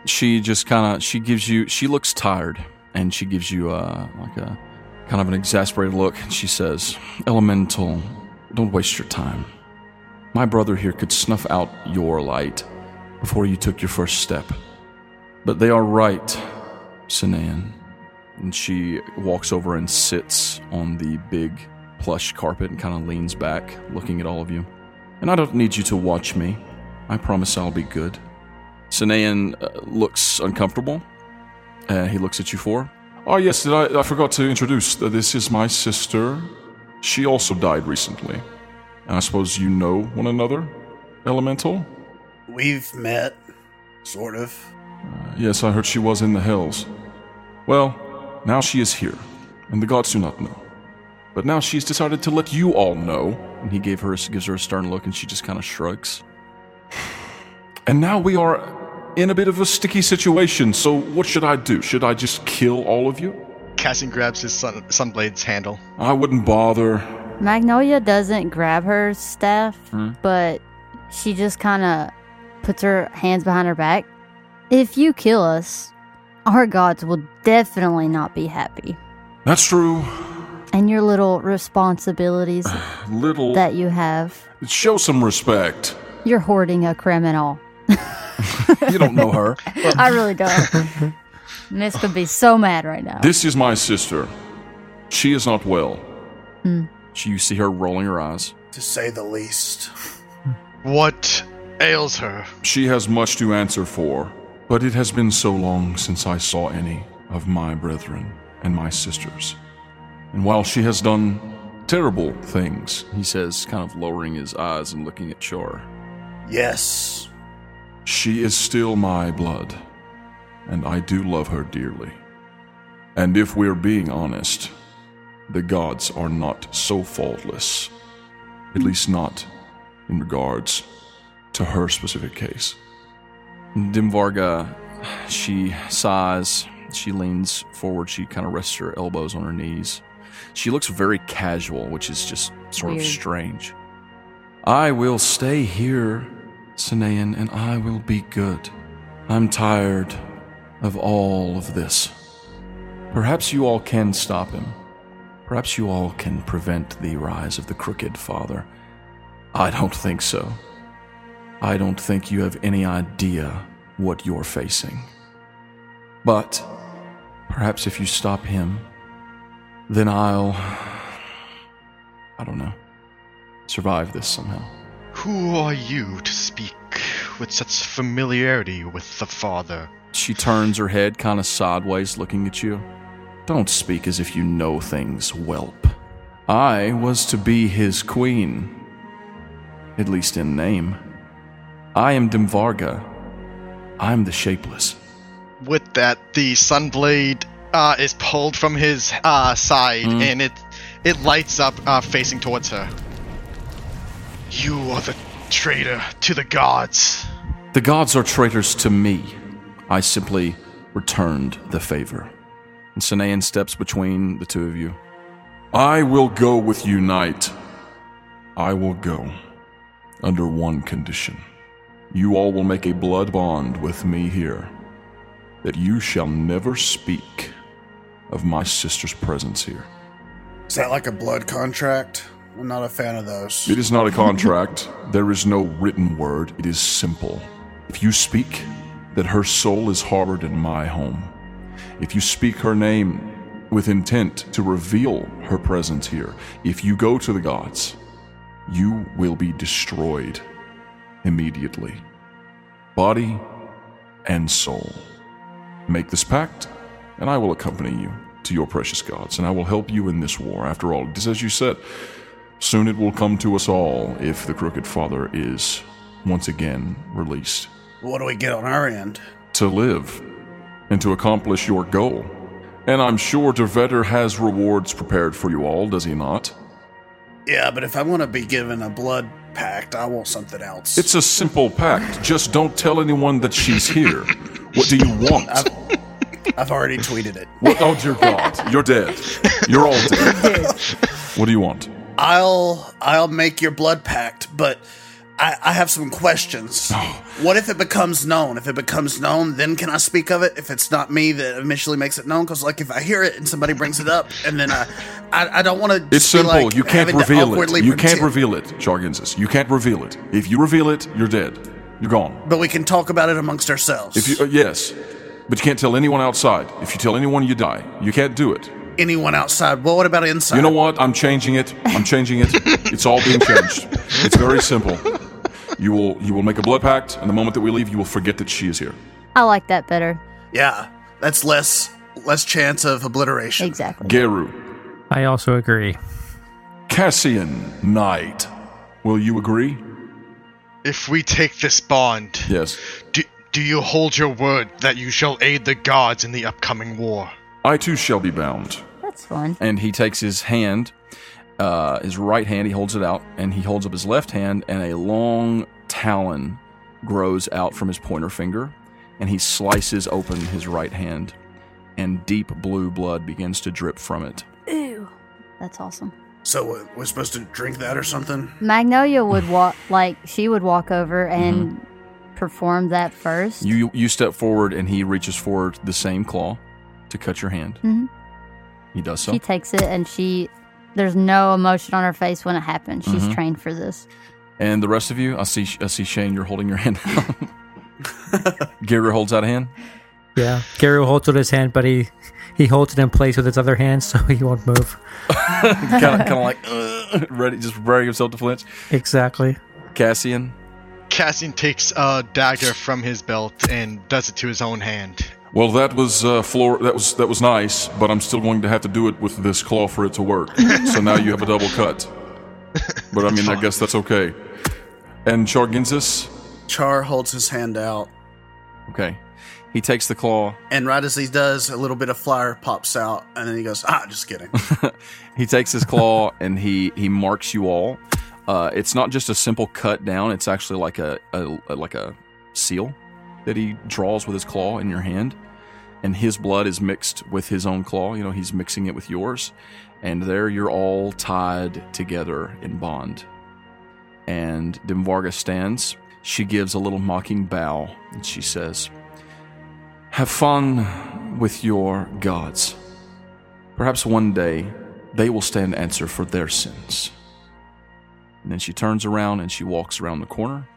Speaker 5: She just kind of she gives you she looks tired and she gives you uh, like a kind of an exasperated look. And she says, "Elemental, don't waste your time. My brother here could snuff out your light before you took your first step. But they are right, Sinan. And she walks over and sits on the big plush carpet and kind of leans back, looking at all of you. And I don't need you to watch me. I promise I'll be good. Sinean uh, looks uncomfortable. Uh, he looks at you four.
Speaker 2: Oh, yes, did I, I forgot to introduce. that This is my sister. She also died recently. And I suppose you know one another, Elemental?
Speaker 7: We've met, sort of.
Speaker 2: Yes, I heard she was in the hells. Well, now she is here, and the gods do not know.
Speaker 5: But now she's decided to let you all know. And he gave her gives her a stern look, and she just kind of shrugs.
Speaker 2: And now we are in a bit of a sticky situation, so what should I do? Should I just kill all of you?
Speaker 6: Cassian grabs his sun, sunblade's handle.
Speaker 2: I wouldn't bother.
Speaker 1: Magnolia doesn't grab her staff, but she just kind of puts her hands behind her back. If you kill us, our gods will definitely not be happy.
Speaker 2: That's true.
Speaker 1: And your little responsibilities
Speaker 2: Little.
Speaker 1: that you have,
Speaker 2: Show some respect.
Speaker 1: you're hoarding a criminal.
Speaker 5: You don't know her.
Speaker 1: I really don't. Miss could be so mad right now.
Speaker 2: This is my sister. She is not well.
Speaker 5: She, you see her rolling her eyes.
Speaker 7: To say the least.
Speaker 6: What ails her?
Speaker 2: She has much to answer for, but it has been so long since I saw any of my brethren and my sisters. And while she has done terrible things,
Speaker 5: He says, kind of lowering his eyes and looking at Char.
Speaker 7: Yes.
Speaker 2: She is still my blood, and I do love her dearly. And if we're being honest, the gods are not so faultless, at least not in regards to her specific case.
Speaker 5: Dimvarga, she sighs. She leans forward. She kind of rests her elbows on her knees. She looks very casual, which is just sort
Speaker 1: Weird.
Speaker 5: of strange. I will stay here, Sinean, and I will be good. I'm tired of all of this. Perhaps you all can stop him. Perhaps you all can prevent the rise of the crooked father. I don't think so. I don't think you have any idea what you're facing. But perhaps if you stop him, then I'll. I don't know. Survive this somehow.
Speaker 6: Who are you to speak with such familiarity with the father?
Speaker 5: She turns her head kind of sideways, looking at you. Don't speak as if you know things, whelp. I was to be his queen, at least in name. I am Dimvarga. I'm the shapeless.
Speaker 6: With that, the sunblade uh, is pulled from his uh, side, and it it lights up, uh, facing towards her. You are the traitor to the gods.
Speaker 5: The gods are traitors to me. I simply returned the favor. And Sinean steps between the two of you.
Speaker 2: I will go with you, Knight. I will go. Under one condition. You all will make a blood bond with me here. That you shall never speak of my sister's presence here.
Speaker 7: Is that like a blood contract? I'm not a fan of those.
Speaker 2: It is not a contract. there is no written word. It is simple. If you speak, that her soul is harbored in my home. If you speak her name with intent to reveal her presence here, if you go to the gods, you will be destroyed immediately. Body and soul. Make this pact, and I will accompany you to your precious gods, and I will help you in this war. After all, just as you said, Soon it will come to us all if the Crooked Father is once again released.
Speaker 7: What do we get on our end?
Speaker 2: To live and to accomplish your goal. And I'm sure Dervetter has rewards prepared for you all, does he not?
Speaker 7: Yeah, but if I'm going to be given a blood pact, I want something else.
Speaker 2: It's a simple pact. Just don't tell anyone that she's here. What do you want?
Speaker 7: I've already tweeted it.
Speaker 2: What, oh, dear God. You're dead. You're all dead. What do you want?
Speaker 7: I'll I'll make your blood pact, but I, I have some questions. What if it becomes known? If it becomes known, then can I speak of it? If it's not me that initially makes it known, because like if I hear it and somebody brings it up, and then I I, I don't want to.
Speaker 2: It's simple. you can't reveal it. You can't
Speaker 7: reveal.
Speaker 2: reveal it, Jargensis. You can't reveal it. If you reveal it, you're dead. You're gone.
Speaker 7: But we can talk about it amongst ourselves.
Speaker 2: If you, uh, yes, But you can't tell anyone outside. If you tell anyone, you die. You can't do it.
Speaker 7: Anyone outside? Well, what about inside?
Speaker 2: You know what? I'm changing it. I'm changing it. it's all being changed. It's very simple. You will you will make a blood pact, and the moment that we leave, you will forget that she is here.
Speaker 1: I like that better.
Speaker 7: Yeah, that's less less chance of obliteration.
Speaker 1: Exactly.
Speaker 2: Geru,
Speaker 3: I also agree.
Speaker 2: Cassian Knight. Will you agree?
Speaker 6: If we take this bond,
Speaker 2: Yes.
Speaker 6: do, do you hold your word that you shall aid the gods in the upcoming war?
Speaker 2: I too shall be bound.
Speaker 1: That's fun.
Speaker 5: and he takes his hand, uh, his right hand, he holds it out, and he holds up his left hand, and a long talon grows out from his pointer finger, and he slices open his right hand, and deep blue blood begins to drip from it.
Speaker 1: Ooh, that's awesome.
Speaker 7: So uh, we're supposed to drink that or something?
Speaker 1: Magnolia would walk, like she would walk over and perform that first.
Speaker 5: You you step forward, and he reaches forward the same claw to cut your hand.
Speaker 1: Mhm.
Speaker 5: He does so.
Speaker 1: she takes it and she, there's no emotion on her face when it happens.
Speaker 5: Mm-hmm.
Speaker 1: She's trained for this.
Speaker 5: And the rest of you, I see, I see Shane. You're holding your hand out. Gary holds out a hand.
Speaker 3: Yeah, Gary holds with his hand, but he he holds it in place with his other hand, so he won't move.
Speaker 5: kind of, kind of like "Ugh," ready, just preparing himself to flinch.
Speaker 3: Exactly.
Speaker 5: Cassian,
Speaker 6: Cassian takes a dagger from his belt and does it to his own hand.
Speaker 2: Well, that was uh, floor. That was that was nice, but I'm still going to have to do it with this claw for it to work. so now you have a double cut. But I mean, I guess that's okay. And Chargensis,
Speaker 7: Char holds his hand out,
Speaker 5: okay, he takes the claw.
Speaker 7: and right as he does, a little bit of flour pops out, and then he goes, "Ah, just kidding."
Speaker 5: He takes his claw and he he marks you all. Uh, it's not just a simple cut down. It's actually like a, a, a like a seal that he draws with his claw in your hand, and his blood is mixed with his own claw. You know, he's mixing it with yours, and there you're all tied together in bond. And Dimvarga stands. She gives a little mocking bow and she says, "Have fun with your gods." Perhaps one day they will stand answer for their sins. And then she turns around and she walks around the corner.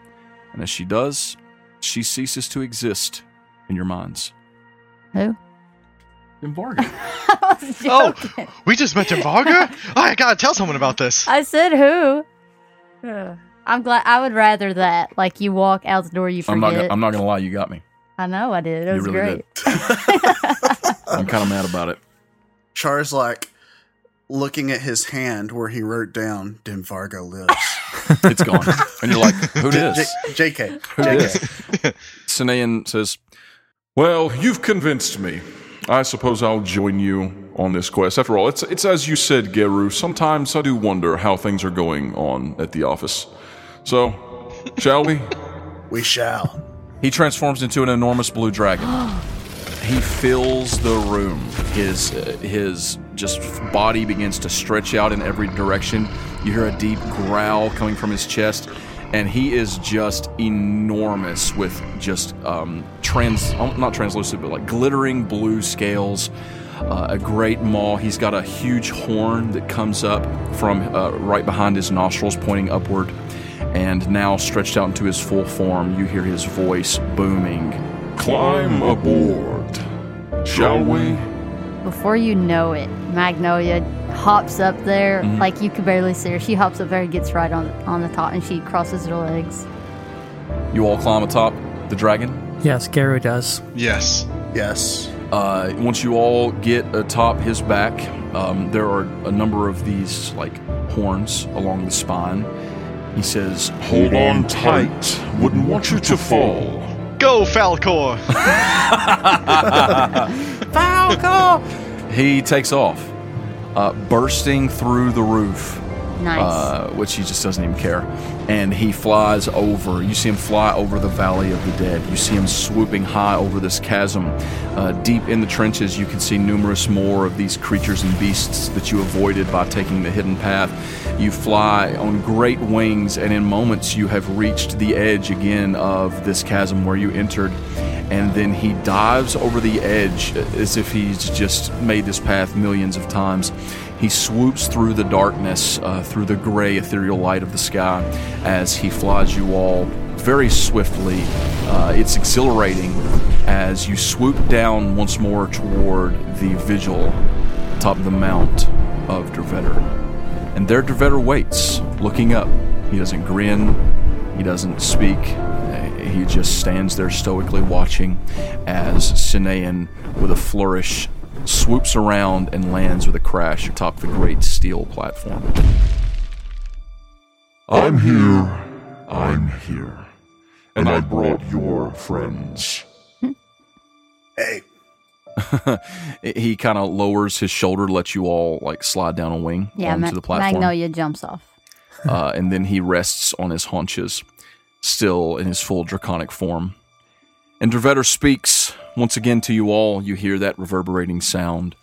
Speaker 5: And as she does, she ceases to exist in your minds.
Speaker 1: Who?
Speaker 5: Embargo.
Speaker 1: I was
Speaker 6: Oh,
Speaker 1: joking.
Speaker 6: we just met Varga? I gotta tell someone about this.
Speaker 1: I said who? Ugh. I'm glad. I would rather that. Like you walk out the door, you
Speaker 5: I'm not. Gonna,
Speaker 1: forget.
Speaker 5: I'm not gonna lie. You got me.
Speaker 1: i know I did. It was
Speaker 5: you really
Speaker 1: great.
Speaker 5: did. I'm kind of mad about it.
Speaker 7: Char's like looking at his hand where he wrote down Dimvargo lives.
Speaker 5: It's gone. And you're like, who dis?
Speaker 7: J- JK.
Speaker 5: Who dis? Sinean says,
Speaker 2: well, you've convinced me. I suppose I'll join you on this quest. After all, it's it's as you said, Geru. Sometimes I do wonder how things are going on at the office. So, shall we?
Speaker 7: We shall.
Speaker 5: He transforms into an enormous blue dragon. he fills the room. His uh, his just body begins to stretch out in every direction. You hear a deep growl coming from his chest, and he is just enormous with just um, trans um, not translucent but like glittering blue scales. Uh, a great maw. He's got a huge horn that comes up from uh, right behind his nostrils, pointing upward. And now, stretched out into his full form, you hear his voice booming
Speaker 2: Climb aboard, shall we?
Speaker 1: Before you know it, Magnolia hops up there.
Speaker 5: Mm-hmm.
Speaker 1: Like you could barely see her. She hops up there, and gets right on on the top, and she crosses her legs.
Speaker 5: You all climb atop the dragon.
Speaker 3: Yes, Gary does.
Speaker 6: Yes.
Speaker 7: Yes.
Speaker 5: Uh, once you all get atop his back, um, there are a number of these like horns along the spine. He says,
Speaker 2: Hold on tight. Wouldn't want you to fall.
Speaker 6: Go, Falcor!
Speaker 5: he takes off, uh, bursting through the roof,
Speaker 1: Nice.
Speaker 5: uh, which he just doesn't even care. And he flies over. You see him fly over the Valley of the Dead. You see him swooping high over this chasm. Uh, deep in the trenches, you can see numerous more of these creatures and beasts that you avoided by taking the hidden path. You fly on great wings, and in moments, you have reached the edge again of this chasm where you entered and then he dives over the edge uh, as if he's just made this path millions of times. He swoops through the darkness, uh, through the gray ethereal light of the sky, as he flies you all very swiftly. Uh, it's exhilarating as you swoop down once more toward the vigil atop the mount of Dervetter. And there Dervetter waits, looking up. He doesn't grin, he doesn't speak, Uh, he just stands there stoically watching as Sinean, with a flourish, swoops around and lands with a crash atop the great steel platform.
Speaker 9: I'm here. I'm here. And I brought your friends.
Speaker 7: Hey,
Speaker 5: he kind of lowers his shoulder, lets you all like slide down a wing
Speaker 1: Yeah,
Speaker 5: onto
Speaker 1: Ma-
Speaker 5: the platform,
Speaker 1: Magnolia jumps off.
Speaker 5: uh, and then he rests on his haunches, still in his full draconic form. And Drevetter speaks once again to you all. You hear that reverberating sound.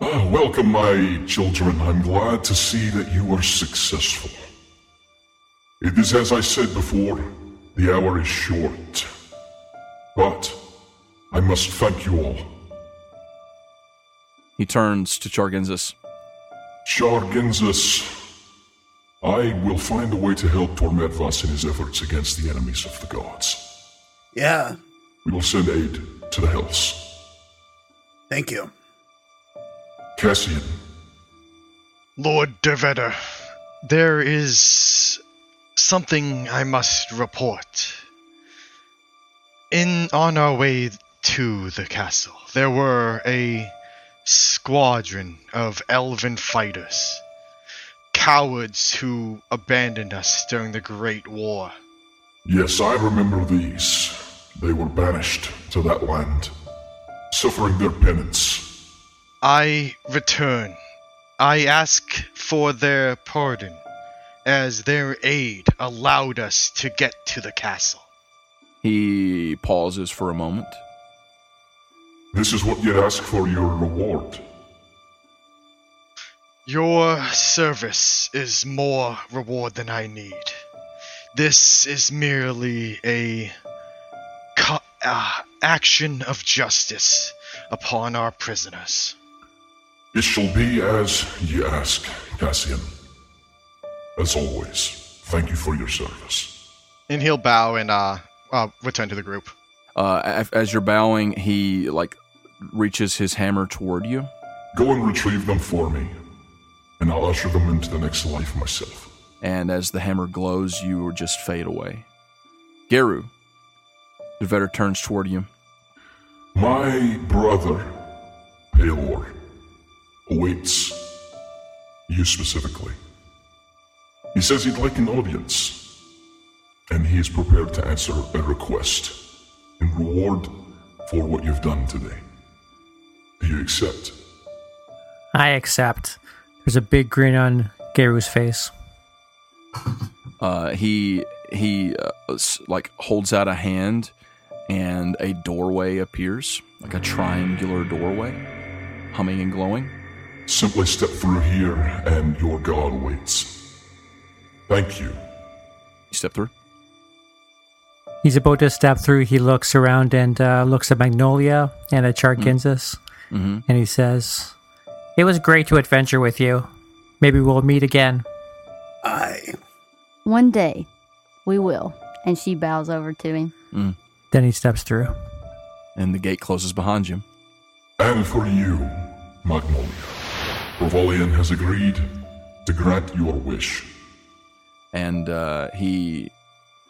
Speaker 9: Ah, Welcome, my children. I'm glad to see that you are successful. It is as I said before, the hour is short. But I must thank you all.
Speaker 5: He turns to Chargensis.
Speaker 9: Shargensis, I will find a way to help Tormetvas in his efforts against the enemies of the gods.
Speaker 7: yeah,
Speaker 9: We will send aid to the Hells.
Speaker 7: thank you.
Speaker 9: Cassian,
Speaker 6: Lord Derveder, there is something I must report. In on our way to the castle, there were a squadron of elven fighters, cowards who abandoned us during the Great War.
Speaker 9: yes, I remember these. They were banished to that land, suffering their penance.
Speaker 6: I return. I ask for their pardon, as their aid allowed us to get to the castle.
Speaker 5: He pauses for a moment.
Speaker 9: This is what you ask for your reward.
Speaker 6: Your service is more reward than I need. This is merely a co- uh, action of justice upon our prisoners.
Speaker 9: It shall be as ye ask, Cassian. As always, thank you for your service.
Speaker 6: And he'll bow and uh, uh return to the group.
Speaker 5: Uh, af- as you're bowing, he like reaches his hammer toward you.
Speaker 9: Go and retrieve them for me, and I'll usher them into the next life myself.
Speaker 5: and as the hammer glows, you just fade away. Geru, the vetter turns toward you.
Speaker 9: My brother, Paylor, awaits you specifically. He says he'd like an audience, and he is prepared to answer a request in reward for what you've done today. Do you accept?
Speaker 3: I accept. There's a big grin on Garu's face.
Speaker 5: Uh, he he uh, s- like holds out a hand, and a doorway appears, like a triangular doorway, humming and glowing.
Speaker 9: Simply step through here, and your god waits. Thank you.
Speaker 5: You step through.
Speaker 3: He's about to step through. He looks around and uh, looks at Magnolia and at Charkinsis,
Speaker 5: Mhm.
Speaker 3: and he says, "It was great to adventure with you. Maybe we'll meet again."
Speaker 7: I
Speaker 1: One day, we will. And she bows over to him.
Speaker 3: Then he steps through.
Speaker 5: and the gate closes behind you.
Speaker 9: And for you, Magnolia, Rovalian has agreed to grant your wish.
Speaker 5: And uh, he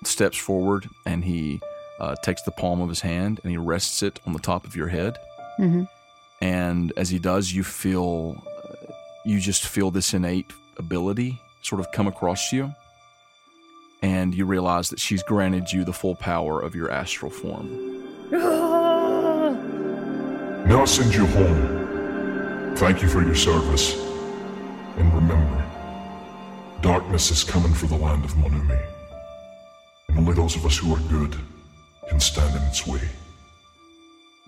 Speaker 5: steps forward, and he uh, takes the palm of his hand, and he rests it on the top of your head.
Speaker 1: Mm-hmm.
Speaker 5: and as he does you feel uh, you just feel this innate ability sort of come across you and you realize that she's granted you the full power of your astral form
Speaker 9: Now I send you home. Thank you for your service. And remember, darkness is coming for the land of Monumi. And only those of us who are good can stand in its way.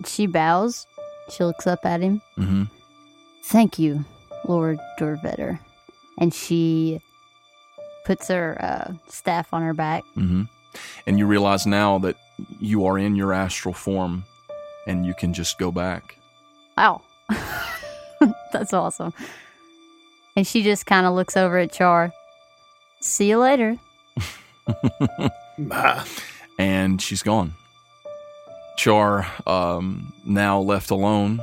Speaker 1: She bows. She looks up at him.
Speaker 5: mm-hmm.
Speaker 1: Thank you, Lord Dorvetter. And she puts her uh, staff on her back.
Speaker 5: Mm-hmm. and you realize now that you are in your astral form and you can just go back
Speaker 1: Wow. That's awesome. And she just kind of looks over at Char. See you later.
Speaker 5: and she's gone. Char, um, now left alone.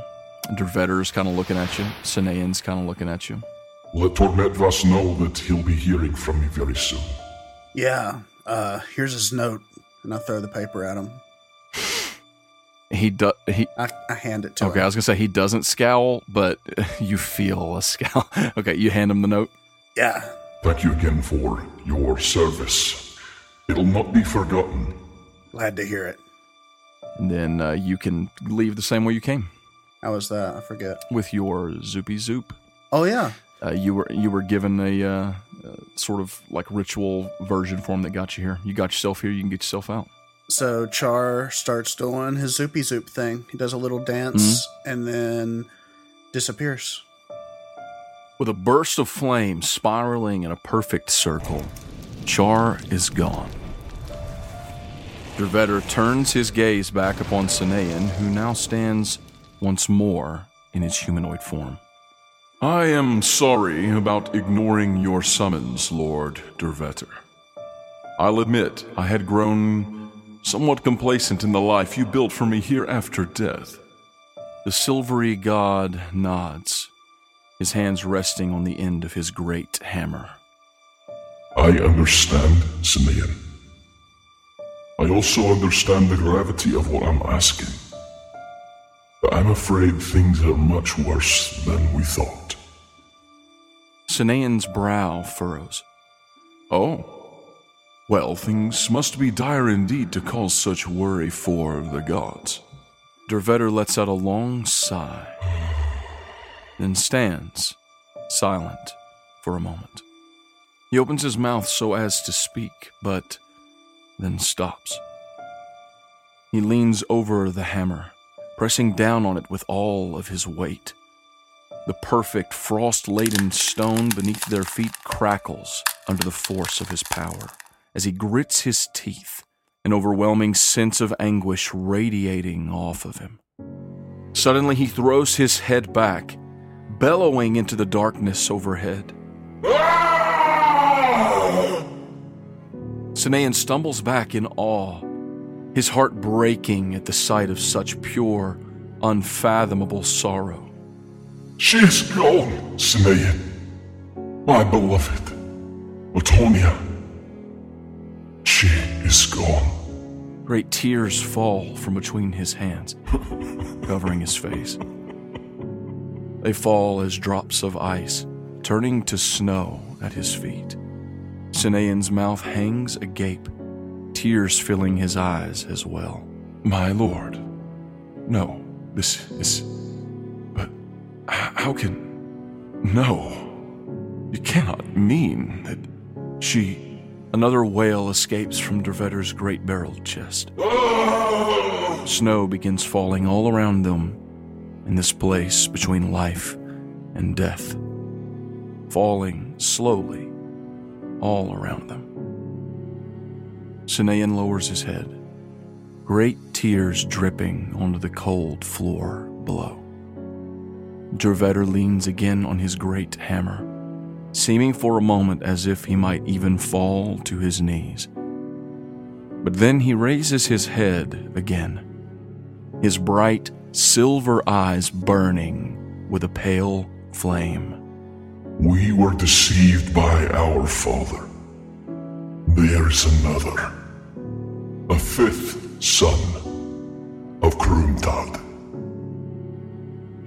Speaker 5: Dervetter's kind of looking at you. Sinean's kind of looking at you.
Speaker 9: Let Tornetvas know that he'll be hearing from me very soon.
Speaker 7: Yeah, uh, here's his note. And I throw the paper at him.
Speaker 5: He does. He
Speaker 7: I, I hand it to
Speaker 5: okay. I
Speaker 7: him.
Speaker 5: was gonna say he doesn't scowl, but you feel a scowl. okay, you hand him the note.
Speaker 7: Yeah,
Speaker 9: Thank you again for your service. It'll not be forgotten.
Speaker 7: glad to hear it.
Speaker 5: And then uh, you can leave the same way you came
Speaker 7: How was that? I forget.
Speaker 5: with your zoopy zoop.
Speaker 7: Oh, yeah.
Speaker 5: Uh, you were you were given a uh, uh, sort of like ritual version form that got you here. You got yourself here. You can get yourself out.
Speaker 7: So Char starts doing his zoopy zoop thing. He does a little dance
Speaker 5: Mm-hmm.
Speaker 7: and then disappears.
Speaker 5: With a burst of flame spiraling in a perfect circle, Char is gone. Dervetter turns his gaze back upon Sinean, who now stands once more in his humanoid form.
Speaker 2: I am sorry about ignoring your summons, Lord Dervetter. I'll admit I had grown somewhat complacent in the life you built for me here after death.
Speaker 5: The silvery god nods, his hands resting on the end of his great hammer.
Speaker 9: I understand, Simeon. I also understand the gravity of what I'm asking. But I'm afraid things are much worse than we thought.
Speaker 5: Sinean's brow furrows.
Speaker 2: Oh. Well, things must be dire indeed to cause such worry for the gods.
Speaker 5: Dervetter lets out a long sigh, then stands silent for a moment. He opens his mouth so as to speak, but then stops. He leans over the hammer, pressing down on it with all of his weight. The perfect frost laden stone beneath their feet crackles under the force of his power as he grits his teeth, an overwhelming sense of anguish radiating off of him. Suddenly, he throws his head back, bellowing into the darkness overhead. Sinean stumbles back in awe, his heart breaking at the sight of such pure, unfathomable sorrow.
Speaker 9: She's gone, Simeon. My beloved, Latonia. She is gone.
Speaker 5: Great tears fall from between his hands, covering his face. They fall as drops of ice, turning to snow at his feet. Sinean's mouth hangs agape, tears filling his eyes as well.
Speaker 2: My lord. No, this is. But h- how can. No. You cannot mean that she.
Speaker 5: Another wail escapes from Dervetter's great barreled chest.
Speaker 9: Ah!
Speaker 5: Snow begins falling all around them in this place between life and death, falling slowly all around them. Sinean lowers his head, great tears dripping onto the cold floor below. Dervetter leans again on his great hammer seeming for a moment as if he might even fall to his knees. But then he raises his head again, his bright silver eyes burning with a pale flame.
Speaker 9: We were deceived by our father. There's another. A fifth son of Krumtad.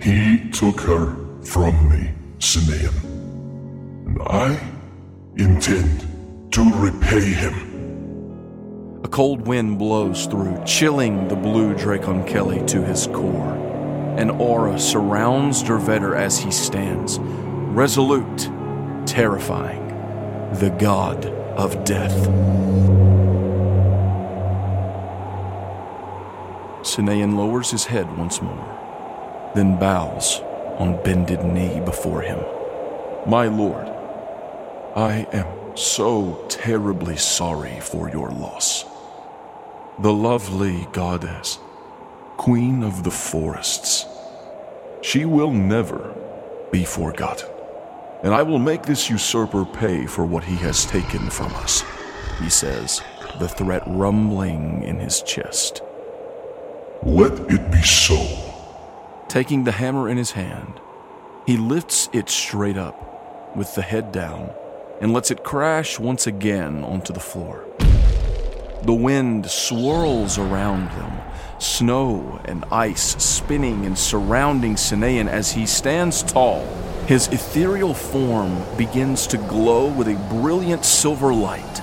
Speaker 9: He took her from me, Simeon. And I intend to repay him.
Speaker 5: A cold wind blows through, chilling the blue Dracon Kelly to his core. An aura surrounds Dervetter as he stands, resolute, terrifying, the god of death. Sinean lowers his head once more, then bows on bended knee before him.
Speaker 2: My lord, I am so terribly sorry for your loss. The lovely goddess, queen of the forests, she will never be forgotten. And I will make this usurper pay for what he has taken from us.
Speaker 5: He says, the threat rumbling in his chest.
Speaker 9: Let it be so.
Speaker 5: Taking the hammer in his hand, he lifts it straight up, with the head down, and lets it crash once again onto the floor. The wind swirls around them, snow and ice spinning and surrounding Sinean as he stands tall. His ethereal form begins to glow with a brilliant silver light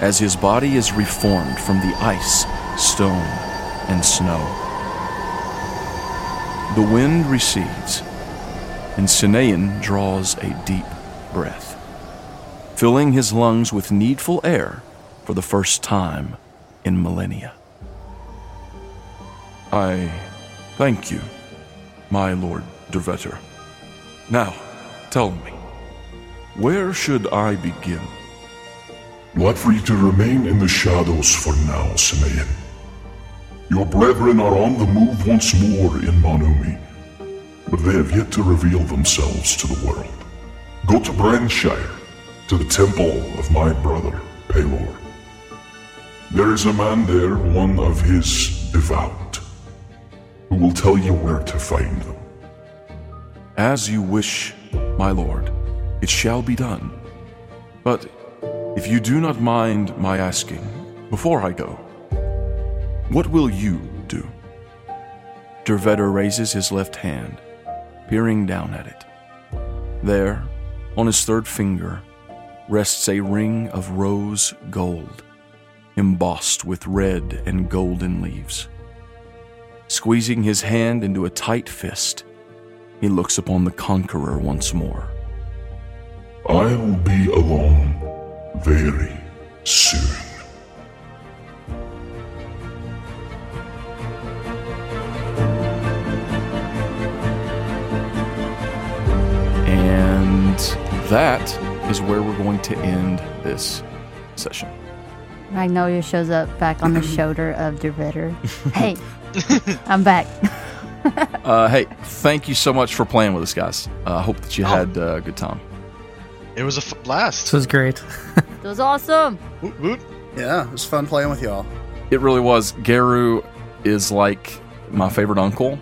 Speaker 5: as his body is reformed from the ice, stone, and snow. The wind recedes, and Sinean draws a deep breath, filling his lungs with needful air for the first time in millennia.
Speaker 2: I thank you, my Lord Dervetter. Now, tell me, where should I begin?
Speaker 9: Not for you to remain in the shadows for now, Simeon. Your brethren are on the move once more in Manumi, but they have yet to reveal themselves to the world. Go to Branshire, to the temple of my brother, Pelor. There is a man there, one of his devout, who will tell you where to find them.
Speaker 2: As you wish, my lord, it shall be done. But if you do not mind my asking, before I go, what will you do?
Speaker 5: Dervetter raises his left hand, peering down at it. There, on his third finger, rests a ring of rose gold, embossed with red and golden leaves. Squeezing his hand into a tight fist, he looks upon the conqueror once more.
Speaker 9: I'll be along very soon.
Speaker 5: And that is where we're going to end this session.
Speaker 1: Magnolia shows up back on the shoulder of Dervetter. Hey, I'm back.
Speaker 5: Uh, hey, thank you so much for playing with us, guys. Uh, I hope that you had uh, a good time.
Speaker 6: It was a f- blast.
Speaker 3: This was great.
Speaker 1: It was awesome.
Speaker 6: Woot woot.
Speaker 7: Yeah, it was fun playing with y'all.
Speaker 5: It really was. Garu is like my favorite uncle,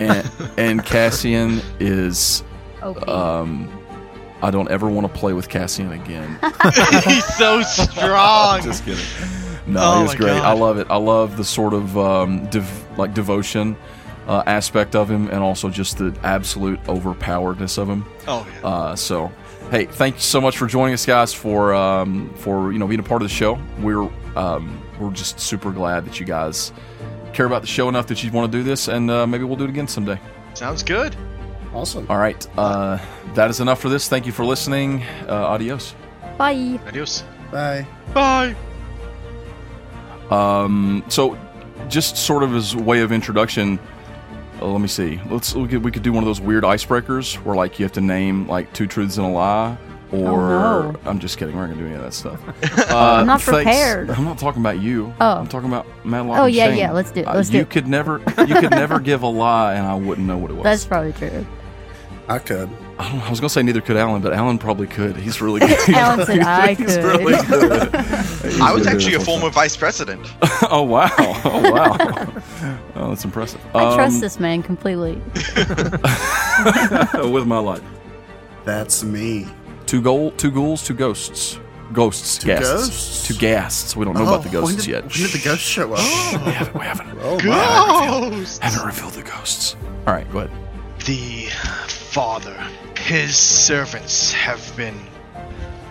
Speaker 5: and, and Cassian is.
Speaker 1: Okay.
Speaker 5: Um, I don't ever want to play with Cassian again.
Speaker 6: He's so strong.
Speaker 5: Just kidding. No,
Speaker 6: Oh
Speaker 5: he was
Speaker 6: my
Speaker 5: great.
Speaker 6: God.
Speaker 5: I love it. I love the sort of um, dev- like devotion uh, aspect of him, and also just the absolute overpoweredness of him.
Speaker 6: oh yeah.
Speaker 5: Uh, so, hey, thank you so much for joining us, guys. For um, for you know being a part of the show. We're um, we're just super glad that you guys care about the show enough that you want to do this, and uh, maybe we'll do it again someday.
Speaker 6: Sounds good.
Speaker 7: Awesome.
Speaker 5: All right, uh, that is enough for this. Thank you for listening. Uh, adios.
Speaker 1: Bye.
Speaker 6: Adios.
Speaker 7: Bye.
Speaker 6: Bye.
Speaker 5: Um, so, just sort of as a way of introduction, uh, let me see. Let's we could, we could do one of those weird icebreakers where like you have to name like two truths and a lie. Or
Speaker 1: Oh, no.
Speaker 5: I'm just kidding. We're not gonna do any of that stuff. Uh,
Speaker 1: I'm not
Speaker 5: thanks-
Speaker 1: prepared.
Speaker 5: I'm not talking about you.
Speaker 1: Oh.
Speaker 5: I'm talking about Madeline.
Speaker 1: Oh, yeah, yeah, let's do it, let's do
Speaker 5: Uh, you
Speaker 1: it.
Speaker 5: could never, you could never give a lie, and I wouldn't know what it was.
Speaker 1: That's probably true.
Speaker 7: I could.
Speaker 5: I, don't know, I was gonna say neither could Alan, but Alan probably could. He's really good.
Speaker 1: Alan said I
Speaker 5: He's
Speaker 1: could.
Speaker 5: really good at it. He's
Speaker 10: I was
Speaker 5: good at it,
Speaker 10: actually a
Speaker 5: unfortunately.
Speaker 10: former vice president.
Speaker 5: Oh wow! Oh wow! oh, that's impressive.
Speaker 1: I trust
Speaker 5: Um,
Speaker 1: this man completely.
Speaker 5: Uh, with my life.
Speaker 7: That's me.
Speaker 5: Two goal, two ghouls, two ghosts, ghosts, two ghasts,
Speaker 7: ghosts?
Speaker 5: two ghasts. We don't know about the
Speaker 7: Oh, when
Speaker 5: ghosts
Speaker 7: did,
Speaker 5: yet.
Speaker 7: When did the
Speaker 5: Shh.
Speaker 7: ghosts show up?
Speaker 5: We haven't, we haven't,
Speaker 7: oh, my.
Speaker 6: Ghost.
Speaker 5: haven't revealed the ghosts. All right, go ahead.
Speaker 6: The father, his servants have been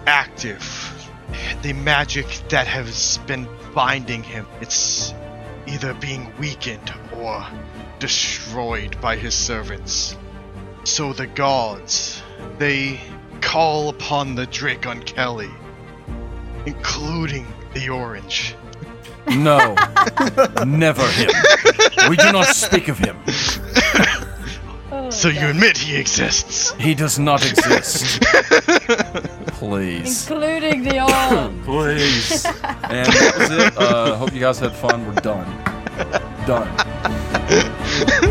Speaker 6: active. The magic that has been binding him, it's either being weakened or destroyed by his servants. So the gods, they call upon the Drake on Kelly, including the orange.
Speaker 5: No, never him. We do not speak of him.
Speaker 6: so you admit he exists.
Speaker 5: He does not exist. Please.
Speaker 4: Including the arm.
Speaker 5: Please. And that was it. Uh, hope you guys had fun. We're done. Done.